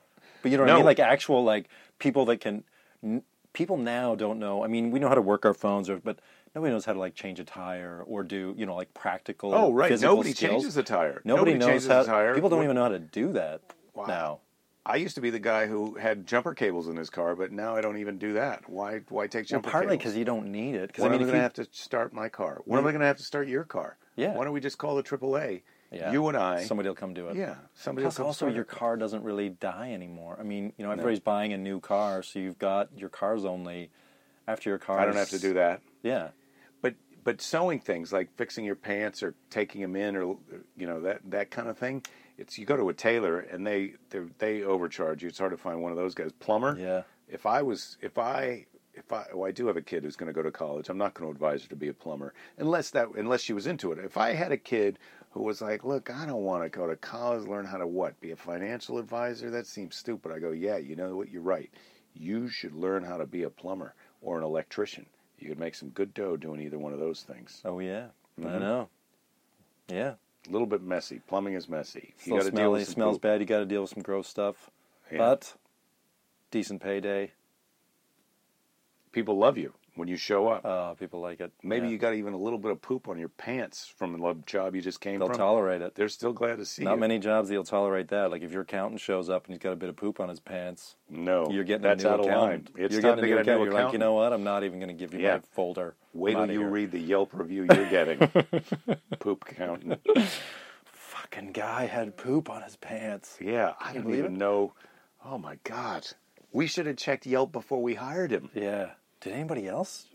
Speaker 2: But you know what
Speaker 1: No.
Speaker 2: I mean? Like actual like people that can n- people now don't know. I mean, we know how to work our phones, or, but nobody knows how to like change a tire or do you know like practical.
Speaker 1: Oh right.
Speaker 2: physical
Speaker 1: Nobody
Speaker 2: skills.
Speaker 1: changes a tire.
Speaker 2: Nobody, knows
Speaker 1: changes
Speaker 2: how.
Speaker 1: a tire.
Speaker 2: People don't
Speaker 1: What-
Speaker 2: even know how to do that
Speaker 1: Wow.
Speaker 2: now.
Speaker 1: I used to be the guy who had jumper cables in his car, but now I don't even do that. Why? Why take
Speaker 2: Well,
Speaker 1: jumper cables?
Speaker 2: partly because you don't need it. Because
Speaker 1: When
Speaker 2: I mean,
Speaker 1: am I
Speaker 2: if
Speaker 1: going to
Speaker 2: you-
Speaker 1: have to start my car? When am I going to have to start your car?
Speaker 2: Yeah.
Speaker 1: Why don't we just call the AAA?
Speaker 2: yeah,
Speaker 1: You and I.
Speaker 2: somebody will come do it.
Speaker 1: yeah. Somebody
Speaker 2: Plus,
Speaker 1: will come
Speaker 2: also,
Speaker 1: start
Speaker 2: your
Speaker 1: it.
Speaker 2: car doesn't really die anymore. I mean, you know, everybody's buying a new car, so you've got your car's only after your car.
Speaker 1: I don't have to do that.
Speaker 2: Yeah,
Speaker 1: But but sewing things like fixing your pants or taking them in or uh, you know that that kind of thing. It's you go to a tailor and they they're- they overcharge you. It's hard to find one of those guys. Plumber.
Speaker 2: Yeah.
Speaker 1: If I was if I if I well, I do have a kid who's going to go to college. I'm not going to advise her to be a plumber unless that unless she was into it. If I had a kid who was like, look, I don't want to go to college, learn how to what be a financial advisor. That seems stupid. I go, yeah, you know what? You're right. You should learn how to be a plumber or an electrician. You could make some good dough doing either one of those things.
Speaker 2: Oh yeah,
Speaker 1: Mm-hmm.
Speaker 2: I know. Yeah,
Speaker 1: A little bit messy. Plumbing is messy.
Speaker 2: you
Speaker 1: gotta
Speaker 2: got smelly,
Speaker 1: some
Speaker 2: smells
Speaker 1: poop.
Speaker 2: bad. You got to deal with some gross stuff,
Speaker 1: Yeah.
Speaker 2: but decent payday.
Speaker 1: people love you when you show up.
Speaker 2: Uh, people like it.
Speaker 1: Maybe
Speaker 2: Yeah.
Speaker 1: you got even a little bit of poop on your pants from the love job you just came
Speaker 2: they'll
Speaker 1: from.
Speaker 2: tolerate it.
Speaker 1: They're still glad to see
Speaker 2: Not
Speaker 1: you.
Speaker 2: many jobs that'll tolerate that. Like if your accountant shows up and he's got a bit of poop on his pants,
Speaker 1: No,
Speaker 2: you're getting
Speaker 1: that's
Speaker 2: a new
Speaker 1: out
Speaker 2: accountant.
Speaker 1: of line. It's
Speaker 2: you're
Speaker 1: time
Speaker 2: getting
Speaker 1: to
Speaker 2: a new
Speaker 1: get
Speaker 2: accountant.
Speaker 1: a new
Speaker 2: You're like, you
Speaker 1: accountant.
Speaker 2: know what? I'm not even going to give you
Speaker 1: Yeah.
Speaker 2: my folder.
Speaker 1: Wait
Speaker 2: I'm
Speaker 1: till
Speaker 2: outta
Speaker 1: you
Speaker 2: here."
Speaker 1: read the Yelp review you're getting. poop accountant.
Speaker 2: Fucking guy had poop on his pants.
Speaker 1: Yeah, I don't
Speaker 2: believe
Speaker 1: even
Speaker 2: it?
Speaker 1: know. Oh my god, we should have checked Yelp before we hired him.
Speaker 2: Yeah. Did anybody else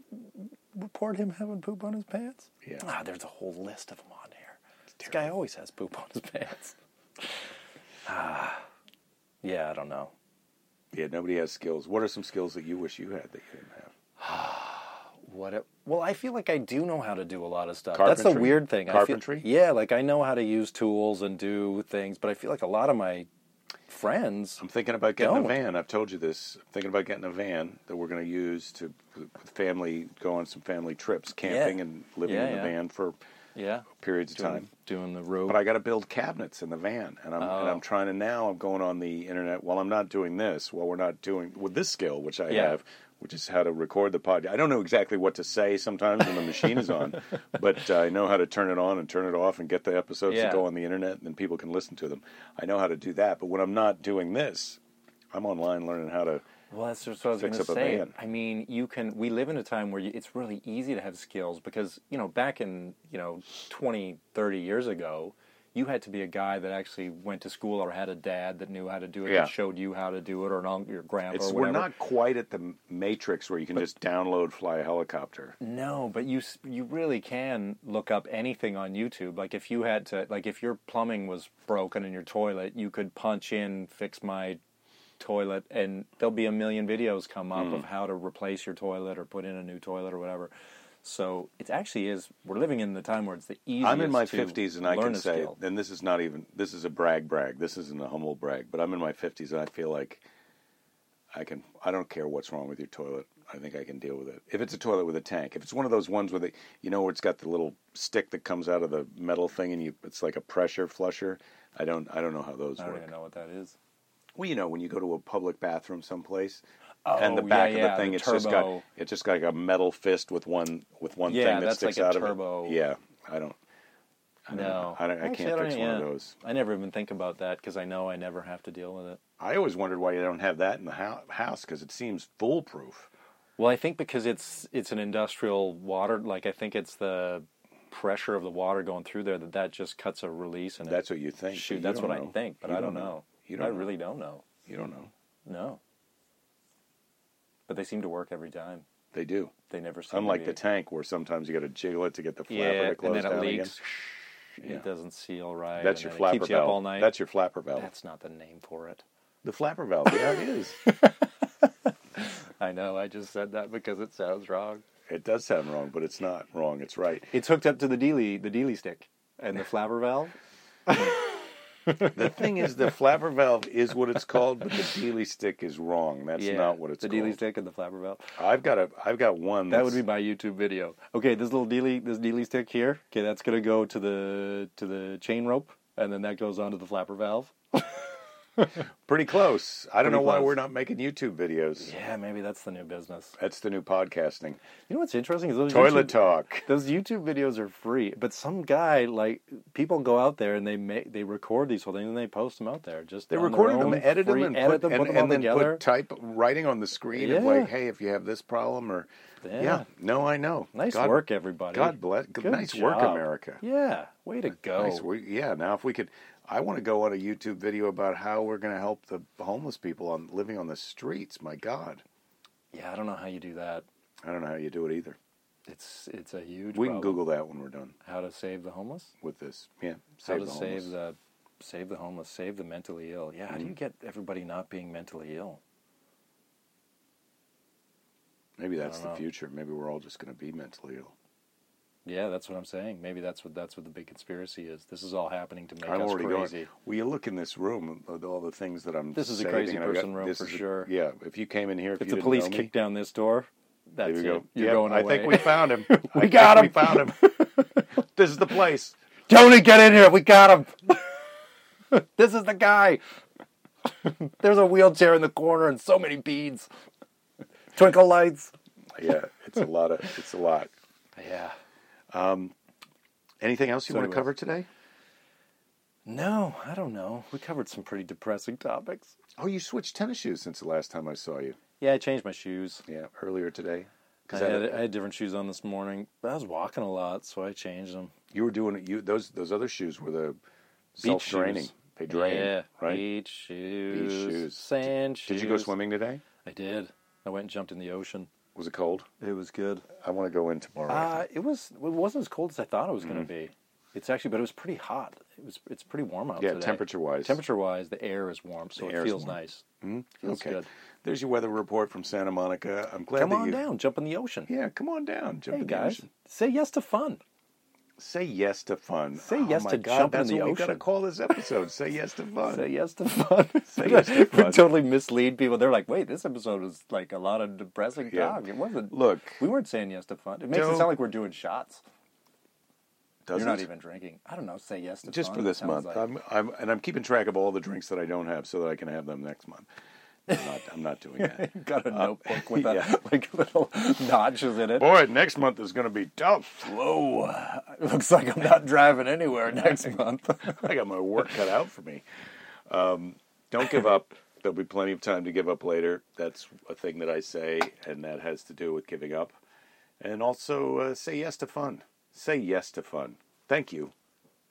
Speaker 2: report him having poop on his pants?
Speaker 1: Yeah.
Speaker 2: Ah, there's a whole list of them on here. This guy always has poop on his pants. Ah. yeah, I don't know.
Speaker 1: Yeah, nobody has skills. What are some skills that you wish you had that you didn't have?
Speaker 2: What? It, well, I feel like I do know how to do a lot of stuff. That's the
Speaker 1: Carpentry?
Speaker 2: weird thing. I feel-
Speaker 1: Carpentry?
Speaker 2: yeah, like I know how to use tools and do things, but I feel like a lot of my friends.
Speaker 1: I'm thinking about getting
Speaker 2: Don't.
Speaker 1: a van. I've told you this. I'm thinking about getting a van that we're going to use to with family go on some family trips, camping and living
Speaker 2: Yeah,
Speaker 1: in the
Speaker 2: yeah.
Speaker 1: van for
Speaker 2: Yeah.
Speaker 1: periods of
Speaker 2: Doing-
Speaker 1: time.
Speaker 2: Doing the rope.
Speaker 1: But I got to build cabinets in the van, and I'm and
Speaker 2: Oh.
Speaker 1: I'm trying to now. I'm going on the internet. While I'm not doing this, while we're not doing with this skill, which I
Speaker 2: Yeah.
Speaker 1: have, which is how to record the podcast. I don't know exactly what to say sometimes when the machine is on, but uh, I know how to turn it on and turn it off and get the episodes
Speaker 2: Yeah.
Speaker 1: to go on the internet, and then people can listen to them. I know how to do that, but when I'm not doing this, I'm online learning how to.
Speaker 2: Well, that's just what I was going
Speaker 1: Fix
Speaker 2: to
Speaker 1: up a
Speaker 2: say.
Speaker 1: van.
Speaker 2: I mean, you can. We live in a time where you, it's really easy to have skills because you know back in you know 20, 30 years ago, you had to be a guy that actually went to school or had a dad that knew how to do it,
Speaker 1: Yeah.
Speaker 2: that showed you how to do it, or an uncle, your grandpa,
Speaker 1: It's
Speaker 2: or
Speaker 1: we're
Speaker 2: whatever.
Speaker 1: not quite at the matrix where you can just download fly a helicopter.
Speaker 2: No, but you s- you really can look up anything on YouTube. Like if you had to, like if your plumbing was broken in your toilet, you could punch in "fix my toilet," and there'll be a million videos come up
Speaker 1: Hmm.
Speaker 2: of how to replace your toilet or put in a new toilet or whatever. So it actually is. We're living in the time where it's the easiest.
Speaker 1: I'm in my
Speaker 2: to
Speaker 1: 50s and I
Speaker 2: learn
Speaker 1: can
Speaker 2: a
Speaker 1: say,
Speaker 2: skill.
Speaker 1: and this is not even, this is a brag brag. This isn't a humble brag, but I'm in my 50s and I feel like I can, I don't care what's wrong with your toilet. I think I can deal with it. If it's a toilet with a tank, if it's one of those ones where the, you know, where it's got the little stick that comes out of the metal thing and you, it's like a pressure flusher. I don't, I don't know how those
Speaker 2: I don't
Speaker 1: work.
Speaker 2: even know what that is.
Speaker 1: Well, you know, when you go to a public bathroom someplace,
Speaker 2: Oh,
Speaker 1: and the
Speaker 2: yeah,
Speaker 1: back of
Speaker 2: yeah,
Speaker 1: the thing,
Speaker 2: the
Speaker 1: it's just got,
Speaker 2: turbo.
Speaker 1: it's just got like a metal fist with one, with one
Speaker 2: Yeah,
Speaker 1: thing that
Speaker 2: that's
Speaker 1: sticks
Speaker 2: like a
Speaker 1: out of
Speaker 2: turbo.
Speaker 1: it. Yeah, I don't. I don't
Speaker 2: No,
Speaker 1: know. I, don't, I
Speaker 2: Actually,
Speaker 1: can't
Speaker 2: don't
Speaker 1: fix
Speaker 2: even-
Speaker 1: one of
Speaker 2: yeah.
Speaker 1: those.
Speaker 2: I never even think about that because I know I never have to deal with it.
Speaker 1: I always wondered why you don't have that in the hou- house because it seems foolproof.
Speaker 2: Well, I think because it's it's an industrial water. Like I think it's the pressure of the water going through there that that just cuts a release and it-
Speaker 1: That's what you think. but
Speaker 2: shoot.
Speaker 1: you
Speaker 2: That's
Speaker 1: don't
Speaker 2: what
Speaker 1: know.
Speaker 2: I think, but
Speaker 1: You
Speaker 2: I don't, know.
Speaker 1: You don't.
Speaker 2: I
Speaker 1: know.
Speaker 2: really don't know.
Speaker 1: You don't know.
Speaker 2: No. But they seem to work every time.
Speaker 1: They do.
Speaker 2: They never seem
Speaker 1: Unlike
Speaker 2: to
Speaker 1: the
Speaker 2: be,
Speaker 1: tank where sometimes you got to jiggle it to get the flapper
Speaker 2: yeah,
Speaker 1: to close
Speaker 2: and then it
Speaker 1: down
Speaker 2: leaks.
Speaker 1: Yeah.
Speaker 2: It doesn't seal right.
Speaker 1: again. That's
Speaker 2: and
Speaker 1: your
Speaker 2: then
Speaker 1: flapper
Speaker 2: It keeps you
Speaker 1: valve.
Speaker 2: up all night.
Speaker 1: That's your flapper valve.
Speaker 2: That's not the name for it.
Speaker 1: The flapper valve. Yeah, it is.
Speaker 2: I know. I just said that because it sounds wrong.
Speaker 1: it does sound wrong, but it's not wrong. It's right.
Speaker 2: It's hooked up to the dealy the dealy stick and the flapper valve.
Speaker 1: the thing is, the flapper valve is what it's called, but the dealy stick is wrong. That's not what it's
Speaker 2: the
Speaker 1: called.
Speaker 2: dealy stick and the flapper valve.
Speaker 1: I've got a, I've got one.
Speaker 2: That would
Speaker 1: that's-
Speaker 2: be my YouTube video. Okay, this little dealy, this dealy stick here. Okay, that's gonna go to the to the chain rope, and then that goes onto the flapper valve.
Speaker 1: pretty close. I don't know
Speaker 2: Pretty
Speaker 1: why
Speaker 2: close.
Speaker 1: we're not making YouTube videos.
Speaker 2: Yeah, maybe that's the new business.
Speaker 1: That's the new podcasting.
Speaker 2: You know what's interesting is those
Speaker 1: Toilet
Speaker 2: YouTube,
Speaker 1: talk.
Speaker 2: Those YouTube videos are free, but some guy like people go out there and they make they record these whole things and they post them out there. Just
Speaker 1: They
Speaker 2: on their
Speaker 1: recorded them,
Speaker 2: own,
Speaker 1: edited them,
Speaker 2: free-
Speaker 1: and,
Speaker 2: edit
Speaker 1: put,
Speaker 2: them,
Speaker 1: and,
Speaker 2: put them
Speaker 1: and
Speaker 2: all
Speaker 1: then
Speaker 2: together.
Speaker 1: put type writing on the screen of
Speaker 2: Yeah.
Speaker 1: like, hey, if you have this problem or, yeah,
Speaker 2: Yeah.
Speaker 1: no, I know.
Speaker 2: nice
Speaker 1: God-
Speaker 2: work, everybody.
Speaker 1: God bless.
Speaker 2: Good
Speaker 1: nice work,
Speaker 2: job.
Speaker 1: America.
Speaker 2: Yeah, way to go.
Speaker 1: Nice work. Yeah. Now, if we could, I want to go on a YouTube video about how we're going to help the homeless people on living on the streets. My God,
Speaker 2: Yeah, I don't know how you do that.
Speaker 1: I don't know how you do it either.
Speaker 2: It's it's a huge.
Speaker 1: We can
Speaker 2: problem.
Speaker 1: Google that when we're done
Speaker 2: how to save the homeless.
Speaker 1: with this. Yeah.
Speaker 2: how to
Speaker 1: the homeless.
Speaker 2: save the save the homeless, save the mentally ill. Yeah, how do you get everybody not being mentally ill?
Speaker 1: Maybe that's
Speaker 2: don't
Speaker 1: the
Speaker 2: know.
Speaker 1: future. Maybe we're all just going to be mentally ill.
Speaker 2: Yeah, that's what I'm saying. Maybe that's what that's what the big conspiracy is. This is all happening to make
Speaker 1: I'm
Speaker 2: us
Speaker 1: already
Speaker 2: crazy.
Speaker 1: going. Well, you look in this room, uh, all the things that I'm.
Speaker 2: This is a
Speaker 1: saving,
Speaker 2: crazy
Speaker 1: and I've
Speaker 2: person room
Speaker 1: this
Speaker 2: for
Speaker 1: is a-
Speaker 2: sure.
Speaker 1: yeah, if you came in here, if,
Speaker 2: If
Speaker 1: you
Speaker 2: the
Speaker 1: didn't
Speaker 2: police
Speaker 1: know me,
Speaker 2: kick down this door,
Speaker 1: there
Speaker 2: that's
Speaker 1: you go.
Speaker 2: it. You're
Speaker 1: Yep,
Speaker 2: going away.
Speaker 1: I think we found him. we
Speaker 2: got
Speaker 1: We found him. this is the place.
Speaker 2: Tony, get in here. We got him. this is the guy. There's a wheelchair in the corner and so many beads, twinkle lights.
Speaker 1: Yeah, it's a lot of. It's a lot.
Speaker 2: Yeah.
Speaker 1: Anything else you
Speaker 2: So
Speaker 1: want to
Speaker 2: anyways.
Speaker 1: cover today?
Speaker 2: No, I don't know. We covered some pretty depressing topics.
Speaker 1: Oh, you switched tennis shoes since the last time I saw you.
Speaker 2: Yeah, I changed my shoes.
Speaker 1: Yeah, earlier today.
Speaker 2: I
Speaker 1: Because
Speaker 2: had, I had different shoes on this morning. But I was walking a lot, so I changed them.
Speaker 1: you were doing it. You those those other shoes were the
Speaker 2: Beach
Speaker 1: self draining.
Speaker 2: shoes.
Speaker 1: They drain,
Speaker 2: yeah,
Speaker 1: right?
Speaker 2: Beach shoes,
Speaker 1: shoes.
Speaker 2: sand shoes.
Speaker 1: Did you go swimming today?
Speaker 2: I did. I went and jumped in the ocean.
Speaker 1: Was it cold?
Speaker 2: It was good.
Speaker 1: I want to go in tomorrow.
Speaker 2: Uh, it was. It wasn't as cold as I thought it was
Speaker 1: Mm.
Speaker 2: going to be. It's actually, but it was pretty hot. It was. It's pretty warm out.
Speaker 1: Yeah,
Speaker 2: today.
Speaker 1: temperature-wise.
Speaker 2: Temperature-wise, the air is warm, so
Speaker 1: The air
Speaker 2: it
Speaker 1: is
Speaker 2: feels
Speaker 1: warm. Mm,
Speaker 2: nice. Feels
Speaker 1: okay.
Speaker 2: good.
Speaker 1: There's your weather report from Santa Monica. I'm glad
Speaker 2: Come
Speaker 1: that
Speaker 2: on
Speaker 1: you.
Speaker 2: down, jump in the ocean.
Speaker 1: Yeah, come on down. Jump
Speaker 2: hey
Speaker 1: in the
Speaker 2: guys,
Speaker 1: ocean.
Speaker 2: say yes to fun.
Speaker 1: Say yes to fun.
Speaker 2: Say
Speaker 1: Oh,
Speaker 2: yes
Speaker 1: my
Speaker 2: to
Speaker 1: God,
Speaker 2: jumping
Speaker 1: that's
Speaker 2: in the
Speaker 1: what we got to
Speaker 2: ocean.
Speaker 1: call this episode. Say yes to fun.
Speaker 2: Say yes to fun.
Speaker 1: Say yes to fun.
Speaker 2: We totally mislead people. They're like, wait, this episode was like a lot of depressing
Speaker 1: Yeah.
Speaker 2: talk. It wasn't.
Speaker 1: Look,
Speaker 2: we weren't saying yes to fun. It makes it
Speaker 1: Don't-
Speaker 2: sound like we're doing shots.
Speaker 1: doesn't-
Speaker 2: You're not even drinking. I don't know. Say yes to
Speaker 1: just
Speaker 2: fun.
Speaker 1: for
Speaker 2: It
Speaker 1: this
Speaker 2: sounds
Speaker 1: month.
Speaker 2: like-
Speaker 1: I'm, I'm and I'm keeping track of all the drinks that I don't have so that I can have them next month. I'm not, I'm not doing that.
Speaker 2: got a notebook with a,
Speaker 1: yeah.
Speaker 2: like little notches in it.
Speaker 1: Boy, next month is going to be tough.
Speaker 2: Whoa! It looks like I'm not driving anywhere next month.
Speaker 1: I got my work cut out for me. Um, don't give up. There'll be plenty of time to give up later. That's a thing that I say, and that has to do with giving up. And also, uh, say yes to fun. Say yes to fun. Thank you,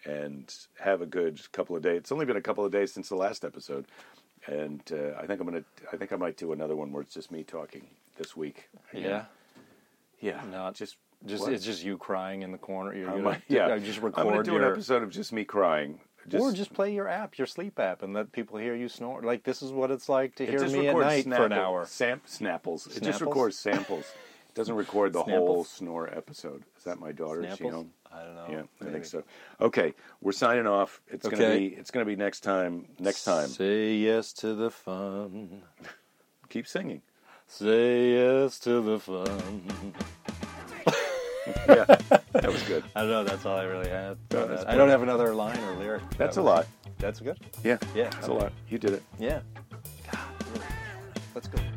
Speaker 1: and have a good couple of days. It's only been a couple of days since the last episode, and uh, I think I'm gonna. I think I might do another one where it's just me talking this week.
Speaker 2: yeah,
Speaker 1: yeah.
Speaker 2: not
Speaker 1: just,
Speaker 2: just just
Speaker 1: what?
Speaker 2: it's just you crying in the corner. You're
Speaker 1: I
Speaker 2: gonna,
Speaker 1: might- yeah.
Speaker 2: uh, just
Speaker 1: I'm gonna
Speaker 2: record
Speaker 1: do
Speaker 2: your
Speaker 1: an episode of just me crying.
Speaker 2: or just play your app, your sleep app, and let people hear you snore. Like this is what it's like to
Speaker 1: It
Speaker 2: hear
Speaker 1: just
Speaker 2: me at
Speaker 1: records
Speaker 2: night for an
Speaker 1: snapple-
Speaker 2: hour.
Speaker 1: Sam, snapples. It just
Speaker 2: Snapples?
Speaker 1: records samples. It doesn't record the
Speaker 2: Snapples?
Speaker 1: whole snore episode. Is that my daughter? Is she
Speaker 2: Snapples?
Speaker 1: home?
Speaker 2: I don't know.
Speaker 1: yeah, I
Speaker 2: Maybe.
Speaker 1: think so. Okay, we're signing off. It's gonna
Speaker 2: Okay.
Speaker 1: be it's gonna be next time. Next time,
Speaker 2: Say yes to the fun.
Speaker 1: keep singing.
Speaker 2: Say yes to the fun.
Speaker 1: Yeah, that was good.
Speaker 2: I don't know. That's all I really have.
Speaker 1: No, that's
Speaker 2: I don't have another line or lyric.
Speaker 1: That's
Speaker 2: That
Speaker 1: a
Speaker 2: was-
Speaker 1: lot.
Speaker 2: That's good.
Speaker 1: Yeah,
Speaker 2: Yeah.
Speaker 1: that's a lot. You did it.
Speaker 2: Yeah. God, let's go.